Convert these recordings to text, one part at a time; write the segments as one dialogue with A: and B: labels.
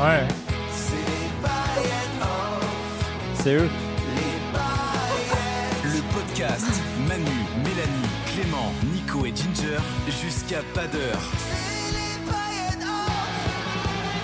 A: Ouais. C'est eux.
B: Le podcast Manu, Mélanie, Clément, Nico et Ginger jusqu'à pas d'heure.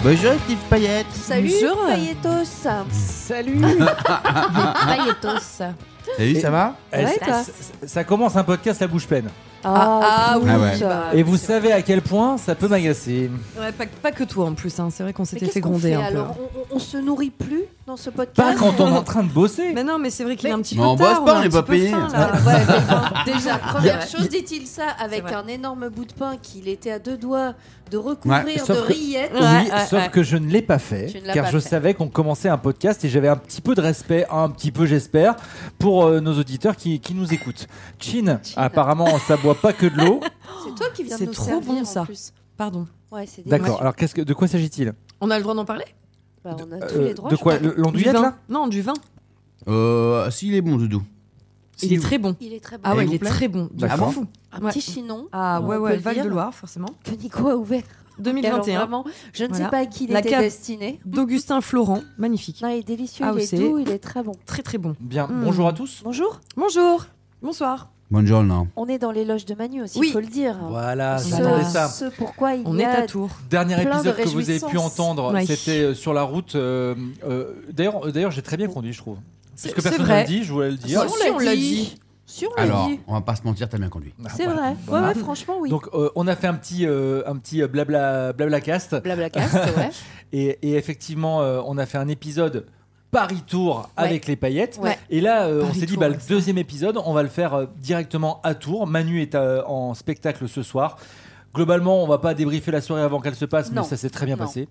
C: Bonjour Steve Payette.
D: Salut,
E: Bonjour.
D: Pailletos.
A: Salut
E: Pailletos.
D: Ah,
C: Salut,
A: Et-
C: ça va
D: Ouais,
A: Ah, ça,
D: toi
A: ça- ça commence un podcast la bouche pleine.
E: Ah, ah
D: oui. bah,
C: Ah ouais.
D: ça.
A: Et vous savez à quel point ça peut m'agacer.
E: Ouais, pas, pas que toi en plus, hein. c'est vrai qu'on
D: Mais
E: s'était
D: qu'est-ce
E: fait
D: qu'on
E: gronder
D: fait,
E: un peu.
D: alors on, on- on se nourrit plus dans ce podcast.
A: Pas quand on est en train de bosser.
E: Mais non, mais c'est vrai qu'il est un petit
C: Mais
E: peu
C: on bosse
E: tard.
C: pas,
E: a
C: on
E: un
C: est
E: petit
C: pas
E: peu
C: payé.
E: faim,
D: Ah,
E: là.
D: ouais, mais bon, déjà, première
E: Ouais.
D: chose, dit-il ça avec
E: vrai.
D: un énorme bout de pain qu'il était à deux doigts de recouvrir
C: Ouais,
A: sauf
D: de
A: que-
D: rillettes.
A: Oui,
E: Ouais, ouais,
A: sauf
E: ouais.
A: que je ne l'ai pas fait,
D: Tu ne l'as
A: car
D: pas
A: je
D: fait.
A: savais qu'on commençait un podcast et j'avais un petit peu de respect, un petit peu j'espère, pour euh, nos auditeurs qui, qui nous écoutent. Chin, apparemment, ça boit pas que de l'eau.
D: C'est toi qui viens de
E: C'est
D: nous
E: trop
D: servir
E: bon,
D: en
E: ça.
D: plus.
E: Pardon.
D: Ouais, c'est délicieux.
A: D'accord. Alors, qu'est-ce que, de quoi s'agit-il
E: On a le droit d'en parler
D: Bah, on a tous
A: Euh,
D: les droits.
A: De
D: je
A: quoi
D: crois.
A: le- L'andouillette
E: vin
A: là
E: Non, du vin.
C: Euh, si, il est bon, Doudou.
E: Il est très bon.
D: Il est très bon.
E: Ah ouais,
C: vous
E: il est
C: plaît
E: très bon. Du
C: Ah
E: fou.
D: un
E: ouais.
D: petit chinon.
E: Ah
D: on
E: ouais,
D: peut
E: ouais,
D: le
E: Val de
D: dire,
E: Loire, forcément.
D: Que Nico a ouvert. Alors
E: 2021.
D: vraiment, je ne
E: hein. Voilà.
D: sais pas à qui il
E: La
D: était
E: cave.
D: destiné.
E: D'Augustin Florent, magnifique.
D: Non, il est délicieux,
E: Ah,
D: il est
E: c'est-
D: doux, il est très bon.
E: Très très bon.
A: Bien,
D: Hmm.
E: Mm.
A: bonjour à tous.
D: Bonjour.
E: Bonjour. Bonsoir.
C: Bonjour, non.
D: On est dans les loges de Manu aussi, il
E: Oui.
D: faut le dire.
A: Voilà,
D: Ce,
E: j'attendais
A: Ah, bah, ça.
D: ce pourquoi il
E: On
D: y
E: est
D: a
E: à Tours.
A: Dernier
D: Plein
A: épisode
D: de
A: que vous avez pu
D: réjouissances.
A: entendre,
E: Ouais.
A: c'était euh, sur la route. euh, euh, D'ailleurs, euh, d'ailleurs, j'ai très bien conduit, je trouve. Parce
E: C'est
A: que
E: c'est
A: personne ne
E: vrai.
A: le dit, je voulais le
D: Si,
A: dire.
E: Si,
D: on
E: on
D: l'a
E: l'a
D: dit. Si, on l'a
C: Alors,
D: dit.
C: on va pas se mentir, t'as bien conduit.
A: Ah,
D: C'est
A: voilà.
D: vrai. Ouais,
A: Voilà.
D: ouais, franchement, oui.
A: Donc, euh, on a fait un petit, euh, un petit euh, blabla, blabla cast.
D: Blablacar, c'est vrai.
A: Et, et effectivement, euh, on a fait un épisode Paris-Tour avec les paillettes.
D: Ouais.
A: Et là, euh, on
E: Paris
A: s'est dit,
E: Tour,
A: bah, le
E: ouais, ça.
A: deuxième épisode, on va le faire euh, directement à Tours. Manu est euh, en spectacle ce soir. Globalement, on va pas débriefer la soirée avant qu'elle se passe,
D: Non.
A: mais ça s'est très bien
D: Non.
A: passé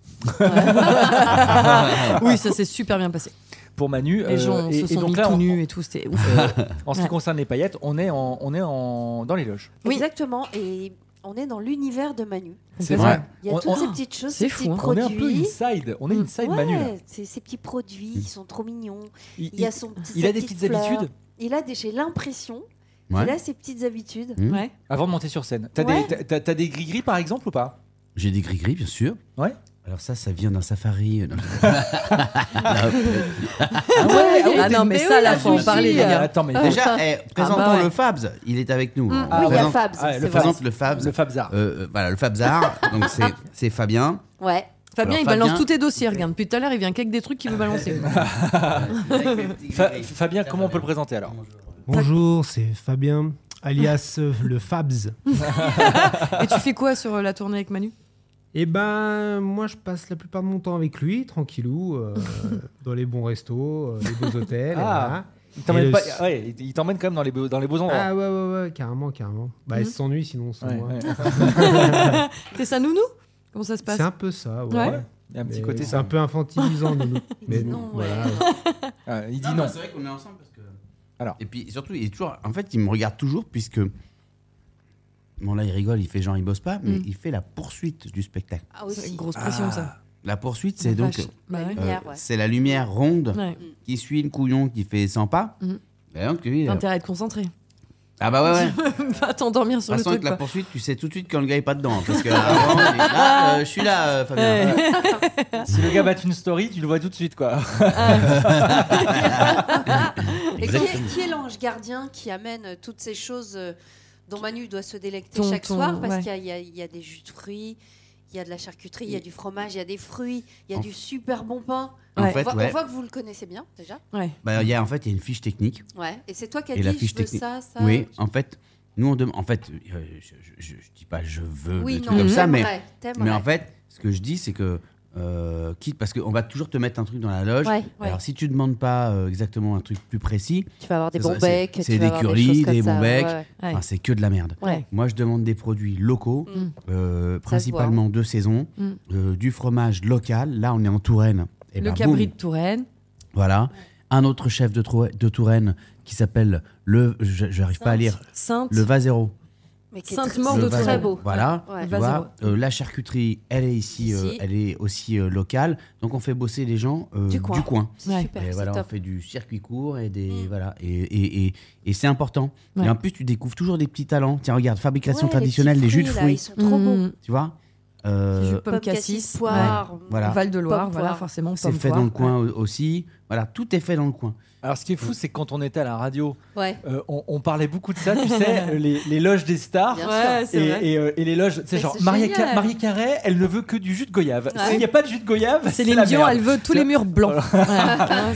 E: Oui, ça s'est super bien passé.
A: pour Manu.
E: Les
A: Euh,
E: gens
A: et,
E: se
A: et
E: sont
A: donc
E: mis
A: là,
E: tout
A: on-
E: nus et tout, c'était ouf.
A: euh, en ce qui
E: Ouais.
A: concerne les paillettes, on est, en, on est en, dans les loges.
E: Oui.
D: Exactement. Et on est dans l'univers de Manu.
A: C'est
E: Complètement.
C: vrai.
D: Il y a
A: On-
D: toutes
A: on-
D: ces petites choses,
E: C'est
D: ces
E: fou,
D: petits
E: hein.
A: On est un peu
D: produits.
A: inside, on est
E: Mm.
A: inside Manu. là.
D: Ouais, c'est ces petits produits qui sont trop mignons.
A: Il,
D: Il y a son petit-
A: il a
D: sa
A: des
D: petite
A: petites
D: fleur.
A: habitudes
D: Il a des, j'ai l'impression
C: Ouais.
D: qu'il a ses petites habitudes.
C: Mm.
E: Ouais.
A: avant de monter sur scène. T'as
D: Ouais.
A: des, t'as- t'as- t'as des gris-gris par exemple ou pas
C: J'ai des gris-gris, bien sûr.
A: Ouais.
C: Alors, ça, ça vient d'un safari. Non,
E: Ah non, mais ça, là, faut en
D: Sushi,
E: parler, les
D: euh,
E: gars. Ah.
A: Attends, mais
C: Déjà, eh, présentons
E: bah ouais.
C: le Fabs. Il est avec nous.
E: Mm.
C: On
D: oui, il y a
C: présente-
D: Fabs.
A: Ah, le Fabs.
C: on
D: c'est vrai.
C: présente le Fabs.
A: le Fabzar.
C: Euh, euh, voilà, le Fabzar. Donc, c'est- c'est Fabien.
D: Ouais.
E: Fabien,
C: Alors,
E: il balance
C: Fabien-
E: tous tes dossiers, regarde. Depuis tout à l'heure, il vient qu'avec des trucs qu'il veut balancer.
A: Fa- Fabien, comment on peut le présenter alors
F: Bonjour, c'est Fabien, alias
A: Ah.
F: euh, le Fabs.
C: Ah.
E: Et tu fais quoi sur euh, la tournée avec Manu
F: Eh ben, moi, je passe la plupart de mon temps avec lui, tranquillou, euh, dans les bons restos, euh, les beaux hôtels.
A: Ah. Il
F: Et
A: t'emmène
F: le-
A: pas- ouais, il- il t'emmène quand même dans les, beaux- dans les beaux
F: voilà.
A: endroits.
F: Ah ouais, ouais, ouais, carrément, carrément. Bah, il s'ennuie sinon, sans
A: Mhm. Ouais,
F: moi.
A: ouais.
E: T'es sa nounou Comment ça se passe
F: C'est un peu ça, ouais.
E: Ouais.
A: Il y a un petit
F: Mais
A: côté
F: C'est un
A: ça.
F: peu infantilisant, Nounou. Mais
D: non,
F: bon,
D: ouais.
F: voilà.
A: Ah, il dit
C: Non,
A: non.
C: bah, C'est vrai qu'on est ensemble parce que.
A: Alors.
C: Et puis surtout, il est toujours. En fait, il me regarde toujours puisque. Bon, là, il rigole, il fait genre, il bosse pas, mais
E: Mm.
C: il fait la poursuite du spectacle.
D: Ah,
E: C'est une
D: aussi.
E: grosse pression, ça.
C: La poursuite, c'est donc.
E: Vache. Bah ouais.
C: euh,
D: Lumière, ouais.
C: C'est la lumière ronde
E: Ouais.
C: qui suit le couillon qui fait 100 pas.
E: Mm.
C: Et donc, lui, il-
E: T'as intérêt à être concentré.
C: Ah bah euh, ouais, ouais. De
E: Va t'endormir sur
C: toute
E: le
C: façon,
E: truc.
C: avec la
E: quoi.
C: poursuite, tu sais tout de suite quand le gars est pas dedans. Parce que avant, il dit, là, euh, je suis là, euh, Fabien.
E: Ouais.
A: Si le gars bat une story, tu le vois tout de suite quoi.
D: Et qui est, qui est l'ange gardien qui amène toutes ces choses euh, dont Manu doit se délecter
E: Ton-
D: chaque
E: ton-
D: soir Parce
E: ouais.
D: qu'il y a- il y, a- il y a des jus de fruits, il y a de la charcuterie, il y a du fromage, il y a des fruits, il y a
C: En-
D: du super bon pain.
C: En
E: Ouais.
D: On
C: fait,
D: voit, on
C: ouais.
D: voit que vous le connaissez bien déjà.
E: Ouais.
C: Bah, il y a, en fait, il y a une fiche technique.
D: Ouais. Et c'est toi qui as
C: Et la
D: dit
C: fiche
D: je veux
C: technique.
D: ça, ça.
C: Oui, en fait, nous, on demande. En fait, euh, je, je, je- je dis pas je veux
D: Oui,
C: des
D: non,
C: trucs comme ça, mais.
D: t'aimerais, t'aimerais.
C: Mais en fait, ce que je dis, c'est que euh, quitte parce qu'on va toujours te mettre un truc dans la loge.
G: Ouais,
D: ouais.
C: Alors si tu demandes pas euh, exactement un truc plus précis,
G: Tu vas avoir des
C: C'est ça,
G: bons
C: c'est-
G: becs. tu
C: c'est
G: vas
C: des
G: avoir
C: curlis,
G: choses comme
C: des
G: ça,
C: bons becs.
G: ouais, ouais.
E: Ouais.
C: enfin, c'est que de la merde.
G: Ouais.
C: Moi, je demande des produits locaux,
D: Mm.
C: euh, principalement
D: hein.
C: de saison,
E: Mm.
C: euh, du fromage local. Là, on est en Touraine. Et
E: le
C: ben,
E: cabri
C: boum.
E: de Touraine.
C: Voilà. Un autre chef de, Trou- de Touraine qui s'appelle le. je- J'arrive
D: Ah,
C: pas à lire.
E: Sainte.
C: Le Vasero.
D: Mais
E: Sainte-Maure
D: c'est
E: de
D: très
E: Touraine.
D: beau.
C: Voilà.
D: Ouais.
C: tu
E: Vasero.
C: vois. Euh, la charcuterie, elle est ici,
D: Ici.
C: euh, elle est aussi euh, locale. Donc, on fait bosser les gens euh,
D: Du coin. C'est
E: Ouais.
D: super,
C: Et
D: c'est
C: voilà, on
D: top.
C: fait du circuit court et des
D: Mm.
C: voilà et, et, et, et c'est important.
E: Ouais.
C: Et en plus, tu découvres toujours des petits talents. Tiens, regarde, fabrication
D: Ouais, les
C: traditionnelle
D: petits
C: des jus de
D: là,
C: fruits,
D: ils sont trop beaux.
E: Mmh.
C: tu vois. Euh,
E: Jus de pomme
D: Pomme
E: cassis.
D: cassis, euh,
E: ouais.
D: poire.
C: Voilà.
E: Val de Loire,
D: Pomme
E: voilà,
D: poire.
E: forcément.
C: c'est
E: pomme
C: fait
E: poire.
C: dans le coin euh, aussi. Voilà, tout est fait dans le coin.
A: Alors, ce qui est fou, c'est que quand on était à la radio,
D: Ouais.
C: Mmh.
A: euh, on, on parlait beaucoup de ça, tu sais, euh, les, les loges des stars.
D: Bien
E: Ouais,
A: Et,
E: c'est vrai.
A: et, euh, et les loges, c'est
D: Mais
A: genre
D: c'est
A: Maria,
D: génial.
A: Ca- Marie Carré, elle ne veut que du jus de goyave.
D: Ouais.
A: S'il n'y a pas de jus de goyave,
C: bah,
A: c'est
E: Céline
A: la
E: Dion,
A: merde.
E: elle veut tous les murs blancs.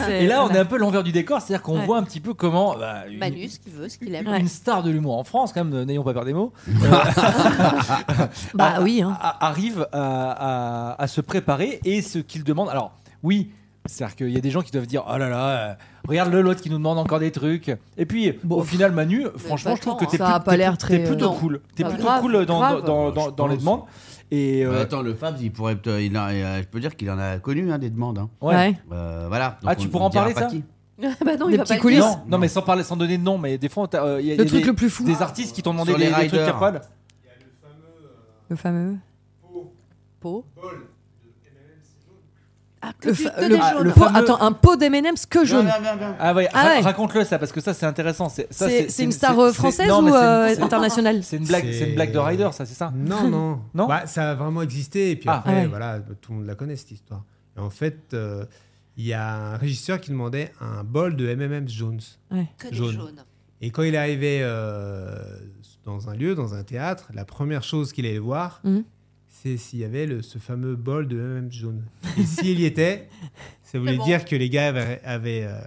A: Et là, on est un peu l'envers du décor, c'est-à-dire qu'on
E: Ouais.
A: voit un petit peu comment bah, une,
D: Manu, ce qu'il veut, ce qu'il aime.
A: une star de l'humour en France, quand même, n'ayons pas peur des mots,
E: Bah oui, hein.
A: a- arrive à, à- à se préparer et ce qu'il demande. Alors, oui, c'est-à-dire qu'il y a des gens qui doivent dire Oh là là, euh, regarde le l'autre qui nous demande encore des trucs. Et puis, au final, Manu, franchement,
D: pas
A: je trouve
D: tant,
A: que t'es
E: hein. Ça a
A: plus-
E: pas
A: t'es
E: l'air
A: plus-
E: très,
A: t'es plutôt
D: euh,
A: cool. T'es
D: Pas
A: plutôt
D: grave,
A: cool dans, dans,
D: grave.
A: dans,
C: Ouais,
A: dans-
C: je
A: dans les
C: pense.
A: demandes. Et, euh,
C: attends, le Fabs, il pourrait, peut- il a- euh, je peux dire qu'il en a connu hein, des demandes. hein.
A: ouais.
E: Ouais.
C: Euh, voilà.
A: Ah, tu pourras en
C: dira
A: parler,
C: pas
A: ça
C: qui.
D: bah non,
E: Des
D: il va
E: petits
D: pas
E: coulisses.
D: le
A: Non, non, mais sans parler, sans donner de nom, mais des fois, il y a, y a
E: Le truc
A: des,
E: le plus fou.
A: des artistes qui t'ont demandé
C: Sur
A: des,
C: les
A: des trucs
C: riders.
A: après.
E: Le fameux.
D: pot. Ah, que
E: Le
D: du-
E: fa-
D: que
E: le-
D: des
A: ah,
D: jaunes.
A: le
E: Pot-
A: fameux-
E: Attends, un pot d'M&M's que
C: Viens,
E: jaune.
C: viens, viens, viens.
A: Ah ouais,
E: Ah
A: ra-
E: ouais.
A: raconte-le ça parce que ça c'est intéressant. C'est ça,
E: C'est c'est une star
A: c'est-
E: euh,
A: c'est-
E: française
A: non, mais
E: ou
A: c'est une-
E: euh,
A: c'est-
E: internationale
A: C'est une blague, c'est une blague de Ryder, ça c'est ça.
F: Non, non.
A: Non
F: Bah, Ça a vraiment existé. Et puis
A: Ah.
F: après,
E: Ah ouais.
F: voilà, tout le monde la connaît, cette histoire. Et en fait, euh, il y a un régisseur qui demandait un bol de MMM's Jones.
D: Que des
F: jaune.
D: jaunes.
F: Et quand il est arrivé euh, dans un lieu, dans un théâtre, la première chose qu'il allait voir,
E: Mhm.
F: c'est s'il y avait le- ce fameux bol de MMM's Jones. Et s'il y était, ça voulait
D: C'est bon.
F: dire que les gars avaient... avaient, euh,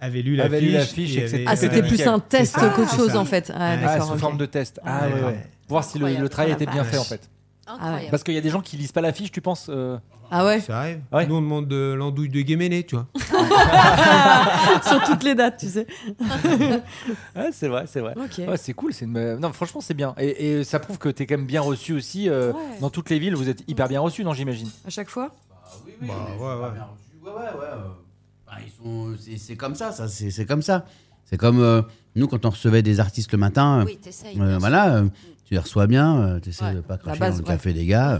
F: avaient lu la
A: Avaient lu la
F: fiche.
A: fiche,
F: et avaient- euh,
A: etc.
E: Ah, c'était
F: voilà.
E: plus un test
F: C'est ça,
E: qu'autre
F: c'est
E: chose
F: ça.
E: en fait. Ah,
F: Ouais.
A: Ah,
E: d'accord.
A: sous
E: ok.
A: forme de test. Ah ouais.
F: Ouais, ouais.
A: ouais. Voir si le, le travail
D: Ah,
A: était bien
F: vache.
A: fait en fait.
D: Incroyable.
A: Parce qu'il y a des gens qui lisent pas l'affiche, tu penses euh,
E: Ah ouais,
F: Ça arrive.
A: Ouais.
F: Nous, on demande de l'andouille de Guéméné, tu vois.
E: sur toutes les dates, tu sais.
A: ouais, c'est vrai, c'est vrai.
E: Ok.
A: Ouais, c'est cool, c'est une- euh, non franchement c'est bien et, et ça prouve que t'es quand même bien reçu aussi euh,
E: Ouais.
A: dans toutes les villes vous êtes hyper bien reçu non j'imagine
E: À chaque fois
C: Oui,
F: Bah,
C: mais
F: ouais,
C: c'est pas
F: ouais.
C: bien reçu. Ouais, ouais, ouais, euh, bah, ils sont- c'est- c'est comme ça, ça c'est c'est comme ça. C'est comme euh, nous quand on recevait des artistes le
A: Bah,
C: matin. euh,
D: Oui, t'essayes.
C: Euh,
D: bien
C: voilà, euh, tu les reçois bien, euh, tu essaies
D: Ouais,
C: de pas cracher
E: base,
C: dans le
E: ouais.
C: café des gars.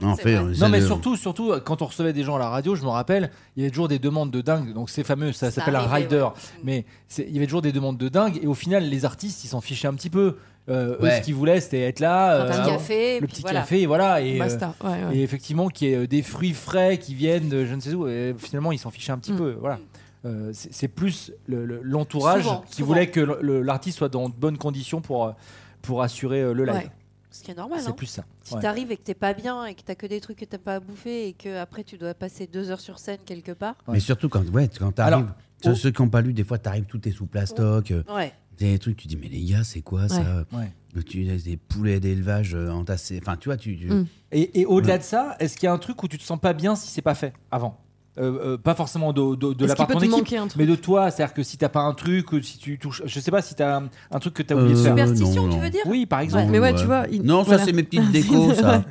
C: Non, en
D: C'est
C: fait,
D: vrai.
C: on essaie
A: Non, mais
C: de-
A: surtout, surtout, euh, quand on recevait des gens à la radio, je me rappelle, il y avait toujours des demandes de dingue. Donc, c'est fameux, ça,
D: Ça
A: s'appelle un
D: arrivait,
A: rider.
D: ouais.
A: Mais c'est- il y avait toujours des demandes de dingue. Et au final, les artistes, ils s'en fichaient un petit peu. Euh, eux,
C: Ouais.
A: ce qu'ils voulaient, c'était être là.
D: sûr. Un
A: euh,
D: petit café.
A: le
D: puis
A: petit
D: voilà. Bah,
A: café, voilà. Et, euh,
E: Basta. Ouais, ouais.
A: et effectivement, qu'il y ait euh, des fruits frais qui viennent de je ne sais où. Et finalement, ils s'en fichaient un petit
E: Mm.
A: peu. Voilà. Euh, c'est c'est plus le- le- l'entourage
D: Souvent,
A: qui
D: souvent.
A: voulait que le- le- l'artiste soit dans de bonnes conditions pour, euh, pour assurer euh, le live.
E: Ouais.
D: Ce qui est normal.
A: C'est
D: hein.
A: plus ça.
D: Si
A: Ouais.
D: t'arrives et que t'es pas bien et que t'as que des trucs que t'as pas à bouffer et que après tu dois passer deux heures sur scène quelque part.
A: Ouais.
C: Mais surtout quand, ouais, quand
A: Alors,
C: t'arrives,
A: au-
C: ceux, ceux qui n'ont pas lu, des fois t'arrives, tout est sous plastoc, euh,
D: Ouais.
C: des trucs, tu dis, mais les gars, c'est quoi ça Euh,
A: Ouais.
C: Tu laisses des poulets d'élevage euh, entassés. Enfin, tu vois, tu. tu-
E: Mm.
A: Et, et au-delà de ça, est-ce qu'il y a un truc où tu te sens pas bien si c'est pas fait avant Euh, euh, Pas forcément de, de- de
E: Est-ce
A: la
E: qu'il
A: part de
E: peut
A: ton
E: te
A: équipe,
E: manquer un truc
A: mais de toi. C'est-à-dire que si t'as pas un truc, ou si tu touches, je sais pas si t'as un, un truc que t'as
C: Euh,
A: oublié de faire.
D: Superstition,
C: non,
D: tu
C: non.
D: veux dire
A: Oui, par exemple.
E: mais ouais, tu vois, il-
C: Non, ça,
E: voilà.
C: c'est mes petites décos, ça.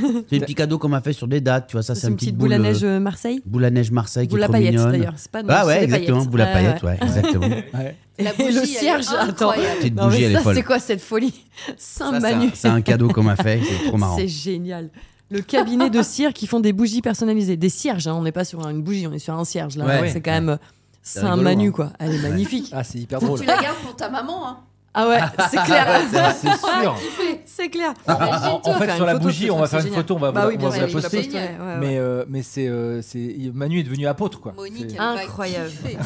C: c'est les petits cadeaux qu'on m'a fait sur des dates, tu vois, ça,
E: C'est
C: c'est
E: une,
C: un petit
E: petite boule à neige
C: euh,
E: euh, Marseille.
C: boule à neige Marseille
E: Boule
C: qui est
E: à
C: trop
E: paillettes
C: mignonne.
E: d'ailleurs. C'est pas de neige,
C: Ah
E: c'est
C: ouais,
E: des
C: exactement,
E: paillettes.
C: boule à
E: Ouais,
C: paillettes, ouais, exactement.
A: Ouais.
D: La
E: Et
D: bougie, elle
E: le
D: est
E: cierge, attends.
D: incroyable.
C: Petite
E: Non,
C: bougie,
E: mais
C: elle est
E: ça, c'est
C: folle.
E: quoi cette folie Saint
C: Ça, c'est
E: Manu.
C: un- C'est un cadeau qu'on m'a fait, c'est trop marrant.
E: C'est génial. Le cabinet de cire qui font des bougies personnalisées. Des cierges, hein, on n'est pas sur une bougie, on est sur un cierge. Là,
C: Ouais.
E: c'est quand même Saint
C: rigolo,
E: Manu,
C: hein.
E: quoi. Elle est magnifique.
A: Ah, c'est hyper drôle.
D: Tu la gardes pour ta maman. Hein.
E: Ah ouais, c'est
A: Ça,
E: clair.
A: c'est sûr.
E: c'est clair.
A: Ah, En, en- en fait, sur la bougie, on va faire une photo, on va,
E: Bah
A: vous-
E: oui,
A: on
E: bien
A: va vous
E: sûr,
A: la
E: je vais la
A: poster.
E: poster. Ouais, ouais, ouais.
A: Mais, euh, mais c'est, euh, c'est- Manu est devenu apôtre, quoi.
D: Monique,
A: C'est-
D: elle va
E: Incroyable.
D: kiffer.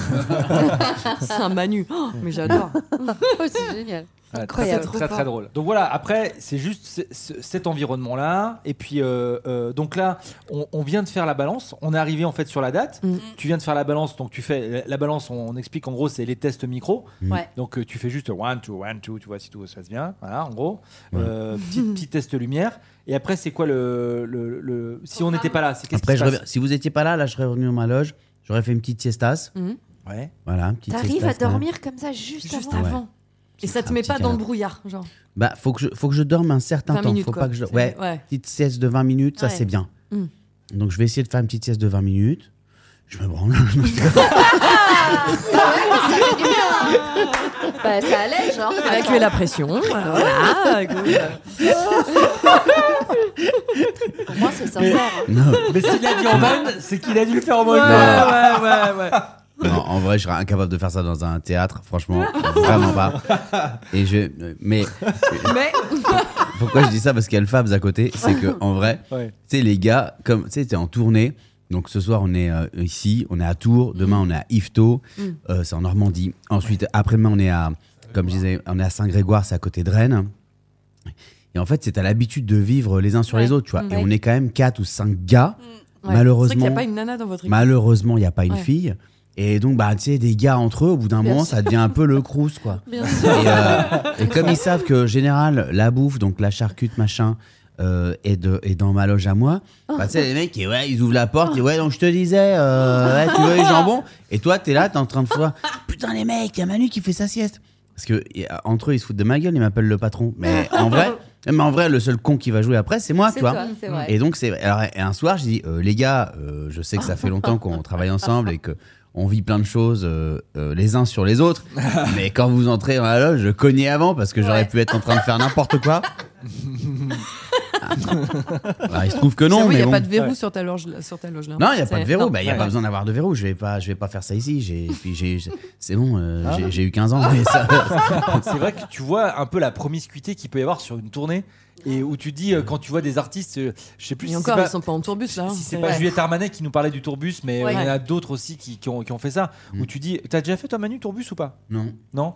E: Saint Manu. Oh, mais j'adore.
D: Oh, c'est génial.
A: Voilà,
D: Incroyable.
A: Très,
D: C'est
A: très,
D: trop
A: très
D: fort.
A: drôle. Donc voilà, après, c'est juste c- c- cet environnement-là. Et puis, euh, euh, donc là, on, on vient de faire la balance. On est arrivé en fait sur la date.
E: Mm.
A: Tu viens de faire la balance. Donc tu fais la- la balance, on, on explique en gros, c'est les tests micro.
D: Mm. Ouais.
A: Donc euh, tu fais juste one, two, one, two, tu vois si tout se passe bien. Voilà, en gros. Euh, petit, petit test lumière. Et après, c'est quoi le. le- le- si on n'était pas là, c'est qu'est-ce
C: Après,
A: qui
C: je
A: se passe
C: reviens- si vous n'étiez pas là, là, je serais revenu dans ma loge. J'aurais fait une petite siestas.
E: Mhm.
A: Ouais.
C: Voilà, une petite
D: T'arrives
C: siestas,
D: à
C: quand même.
D: dormir comme ça juste,
E: Juste
D: avant.
C: Ouais.
E: avant. Et ça te
C: Un
E: met
C: petit
E: pas dans le
C: canapé.
E: brouillard, genre.
C: Bah, faut que je, faut que je dorme un certain
E: 20
C: temps.
E: minutes,
C: faut
E: quoi.
C: pas que je.
E: C'est-
C: Ouais.
E: ouais.
C: Petite sieste de 20 minutes, ça
E: Ouais.
C: c'est bien.
E: Mm.
C: Donc je vais essayer de faire une petite sieste de 20 minutes. Je me branle.
D: Bah, ça allait, genre.
E: Évacuer la pression. euh, Voilà. écoute.
D: Pour moi, c'est sincère. hein.
C: non.
A: Mais s'il a dit en vanne, c'est qu'il a dû le faire en mode.
E: Ouais, ouais, ouais, ouais.
C: Non, en vrai, je serais incapable de faire ça dans un théâtre, franchement, vraiment pas. Et je, mais
E: Mais
C: pourquoi je dis ça Parce qu'il y a le Fabs à côté, c'est que en vrai,
A: Ouais.
C: tu sais, les gars, comme tu sais, t'es en tournée. Donc ce soir, on est euh, ici, on est à Tours. Demain,
E: Mm.
C: on est à Yvetot, euh, c'est en Normandie. Ensuite, après-demain, on est à, comme je disais, on est à Saint-Grégoire, c'est à côté de Rennes. Et en fait, c'est à l'habitude de vivre les uns sur
E: Ouais.
C: les autres, tu vois.
E: Mm.
C: Et
E: Ouais.
C: on est quand même quatre ou cinq gars.
E: Ouais. C'est vrai qu'il
C: Malheureusement,
E: n'y a pas une nana dans votre équipe.
C: malheureusement, il n'y a pas une
E: Ouais.
C: fille. Et donc, bah, tu sais, des gars entre eux, au bout d'un
D: Bien
C: moment,
D: sûr.
C: ça devient un peu le crous, quoi.
D: Bien
C: Et, euh, et comme ils savent que, en général, la bouffe, donc la charcute, machin, euh, est, de, est dans ma loge à moi, bah, tu sais, les mecs, et ouais, ils ouvrent la porte, et ouais, donc je te disais, euh, ouais, tu veux les jambons Et toi, t'es là, t'es en train de faire Putain, les mecs, il y a Manu qui fait sa sieste. Parce que, et, euh, entre eux, ils se foutent de ma gueule, ils m'appellent le patron. Mais en vrai, mais en vrai, le seul con qui va jouer après, c'est moi,
D: C'est
C: tu vois.
D: toi, c'est vrai.
C: Et donc, c'est. Alors, et un soir, je dis, euh, les gars, euh, je sais que ça fait longtemps qu'on travaille ensemble et que. On vit plein de choses euh, euh, les uns sur les autres, mais quand vous entrez dans la loge, je cognais avant parce que j'aurais
D: Ouais.
C: pu être en train de faire n'importe quoi. Ah, il se trouve que non,
E: J'avoue,
C: mais
E: il n'y a
C: bon.
E: pas de verrou
A: Ouais.
E: sur ta loge là. Sur ta loge, là.
C: Non, il n'y a pas
E: C'est-
C: de verrou.
E: non.
C: Bah, Il n'y a
A: Ouais.
C: pas besoin d'avoir de verrou. Je ne vais, pas- je vais pas faire ça ici. J'ai- puis j'ai- C'est bon, euh,
D: Ah.
C: j'ai- j'ai eu 15 ans. mais ça-
A: C'est vrai que tu vois un peu la promiscuité qu'il peut y avoir sur une tournée et où tu dis euh, quand tu vois des artistes, euh, je sais plus
E: Et
A: si
E: encore,
A: c'est
E: ils
A: pas,
E: sont pas en tourbus là. hein.
A: si c'est
E: C'est-
A: pas
E: ouais.
A: Juliette Armanet qui nous parlait du tourbus, mais euh,
D: Ouais.
A: il y en a d'autres aussi qui, qui ont, qui ont fait ça.
F: Mm.
A: Où tu dis, t'as déjà fait toi Manu tourbus ou pas
C: non.
A: Non.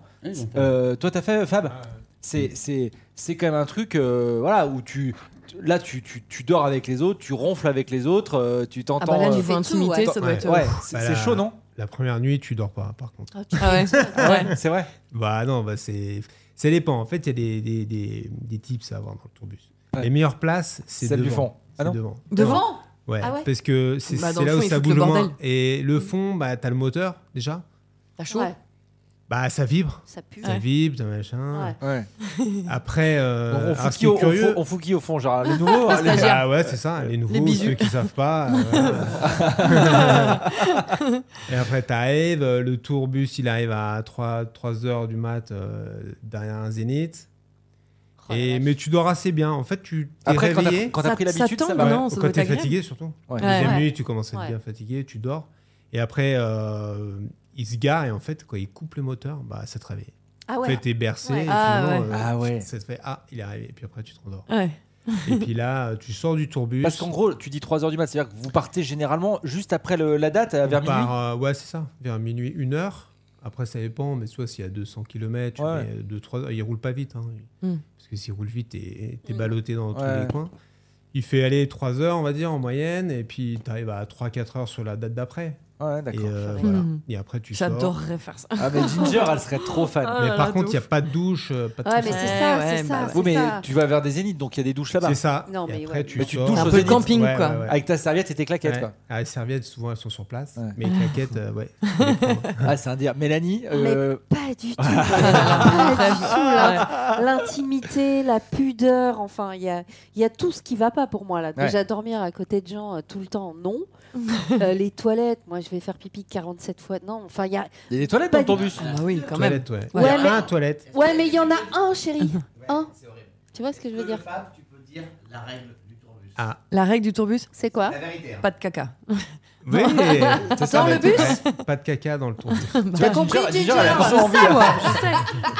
A: Euh, toi t'as fait Fab
D: Ah,
F: Mm.
A: C'est c'est c'est quand même un truc euh, voilà où tu là tu, tu, tu dors avec les autres, tu ronfles avec les autres, euh, tu
E: Ah bah
A: t'entends.
E: là,
A: euh,
E: niveau
D: fait tout, ouais.
E: intimité, ça doit
F: Ouais.
E: être. euh,
A: Ouais, c'est
F: Bah,
A: c'est
F: la-
A: chaud non
F: La première nuit, tu dors pas, par contre.
E: Ah ouais. Ouais.
A: C'est vrai.
F: Bah non, bah c'est. Ça dépend. En fait, il y a des, des, des, des tips à avoir dans le tourbus.
A: Ouais.
F: Les meilleures places, c'est
A: Celle
F: devant.
A: du fond. Ah
F: C'est
A: non
F: devant.
D: Devant
F: Ouais,
D: Ah ouais
F: parce que c'est
E: Bah, dans
F: c'est
E: le
F: là
E: fond,
F: où
E: il
F: ça
E: fout
F: bouge
E: le
F: le moins.
E: bordel.
F: Et le fond, bah, t'as le moteur déjà.
E: T'as chaud
D: Ouais,
F: Bah ça vibre.
D: ça pue.
F: Ça vibre, ça machin.
D: Ouais.
A: Ouais.
F: Après, euh,
A: on,
F: alors,
A: fout
F: ce
A: qui
F: qui
A: au,
F: est curieux.
A: on fout- on fout qui au fond, genre les nouveaux. hein, les-
E: stagiaires.
F: Ah ouais, c'est ça, les nouveaux,
E: bisous.
F: ceux qui savent pas. euh, voilà. et après, t'arrives, euh, le tourbus, il arrive à 3, 3 heures du mat euh, derrière un zénith.
D: Oh la
F: et,
D: vache.
F: mais tu dors assez bien. En fait, tu t'es
A: Après quand t'as
F: réveillé.
A: quand t'as
E: Ça-
A: pris
E: ça
A: l'habitude, ça
E: tombe,
A: va. hein.
E: non ça doit
F: quand
E: être
F: t'es
E: agréable.
F: fatigué, surtout.
A: Ouais.
E: Ouais.
F: Deuxième nuit, tu commences à être
D: Ouais.
F: bien fatigué, tu dors. Et après, euh, il se gare et en fait, quand il coupe le moteur, bah, ça te réveille.
D: Ah
F: Après,
D: ouais.
F: t'es bercé.
D: Ouais.
F: Et
E: Ah
F: finalement,
E: ouais.
F: euh,
A: Ah ouais.
F: Ça te fait Ah, il est arrivé. Et puis après, tu te rendors.
E: Ouais.
F: et puis là, euh, tu sors du tourbus.
A: Parce qu'en gros, tu dis 3h du mat, c'est-à-dire que vous partez généralement juste après le- la date, euh, vers
F: On
A: minuit.
F: part, euh, ouais, c'est ça. Vers minuit, une heure. Après, ça dépend, mais soit s'il y a 200 km,
A: Ouais.
F: tu mets 2, 3 euh, heures. Il roule pas vite. hein.
E: Hmm.
F: Parce que s'il roule vite, t'es t'es
D: Hmm.
F: ballotté dans tous
A: Ouais.
F: les coins. Il fait aller 3 heures, on va dire, en moyenne. Et puis, t'arrives à 3-4 heures sur la date d'après.
A: Ouais,
F: Et,
A: d'accord.
F: euh,
A: j'avoue.
F: voilà.
E: Hmm.
F: et après, tu sors.
E: J'adorerais faire ça.
A: Ah, mais Ginger, elle serait trop fan.
E: Ah, là
F: Mais
E: là,
F: par
E: de
F: contre, il n'y a
E: ouf.
F: pas de douche. euh, Pas de
D: Ouais, mais
F: truc.
D: c'est
E: Ouais,
D: ça,
E: ouais,
D: c'est
E: bah
D: ça.
E: ouais.
D: c'est
A: Oui, mais
D: ça.
A: tu vas vers des zéniths, donc il y a des douches là-bas.
F: C'est ça.
D: Non,
F: Et
D: mais
F: après,
D: ouais.
F: tu
A: Mais tu
F: sors.
A: douches
E: Un
A: au
E: peu le
A: zénith.
E: camping,
F: Ouais,
E: quoi.
F: ouais, ouais.
A: Avec ta serviette et tes claquettes,
F: Ouais.
A: quoi.
F: Ah, les serviettes, souvent, elles sont sur place.
A: Ouais.
F: Mais les claquettes, euh, ouais. faut les prendre.
A: Ah, c'est un délire. Mélanie, euh,
D: Pas du tout.
E: Ah,
D: pas du tout. l'in- L'intimité, la pudeur, enfin, il y a, il y a tout ce qui va pas pour moi là.
A: Ouais.
D: Déjà dormir à côté de gens euh, tout le temps, non. Euh, les toilettes, moi je vais faire pipi 47 fois, non. Enfin, il y a.
A: il y a des toilettes
D: Pas
A: dans ton
D: du-
A: bus.
E: Ah bah oui, quand même.
F: Toilette, ouais.
D: Ouais,
F: Il y a
D: mais-
F: un toilette.
D: Ouais, mais il y en a un, chérie. Un. Tu vois ce que je veux dire
C: tu peux dire la règle du tourbus.
F: Ah,
E: La règle du tourbus,
D: C'est quoi
C: vérité. hein.
E: pas de caca.
F: oui. c'est ça,
D: Dans le
F: la
D: bus
F: toilette. Pas de caca dans le tourbus.
A: Tu vois,
D: compris,
A: Ginger,
D: Ginger,
A: Ginger, elle a
D: je
A: toujours envie.
E: sais,
A: là.
E: moi, je sais.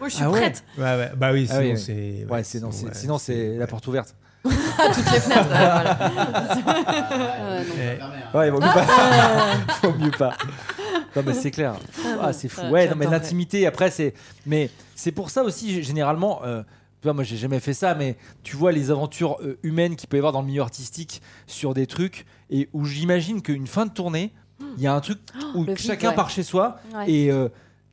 E: moi, je suis
A: Ah ouais.
E: prête.
F: Ouais, ouais. Bah oui,
A: Ah
F: sinon
A: oui, oui.
F: c'est.
A: Ouais, c'est- non, c'est-
F: ouais,
A: sinon, c'est la porte ouverte.
E: Toutes les fenêtres. ouais, voilà.
D: Ouais, non.
C: Ah,
E: Euh,
F: Eh,
C: hein.
D: Ah,
A: Ouais, il vaut mieux pas. Faut mieux pas. Non, mais c'est clair. Ah, c'est fou. Ouais, non, mais
E: J'adorerais.
A: l'intimité, après, c'est. Mais c'est pour ça aussi, g- généralement. euh, tu vois, moi, j'ai jamais fait ça, mais tu vois les aventures euh, humaines qu'il peut y avoir dans le milieu artistique sur des trucs et où j'imagine qu'une fin de tournée, il y a un truc où
D: Hmm. Ah, le vide,
A: chacun
D: ouais.
A: part chez soi
D: Ouais.
A: et euh,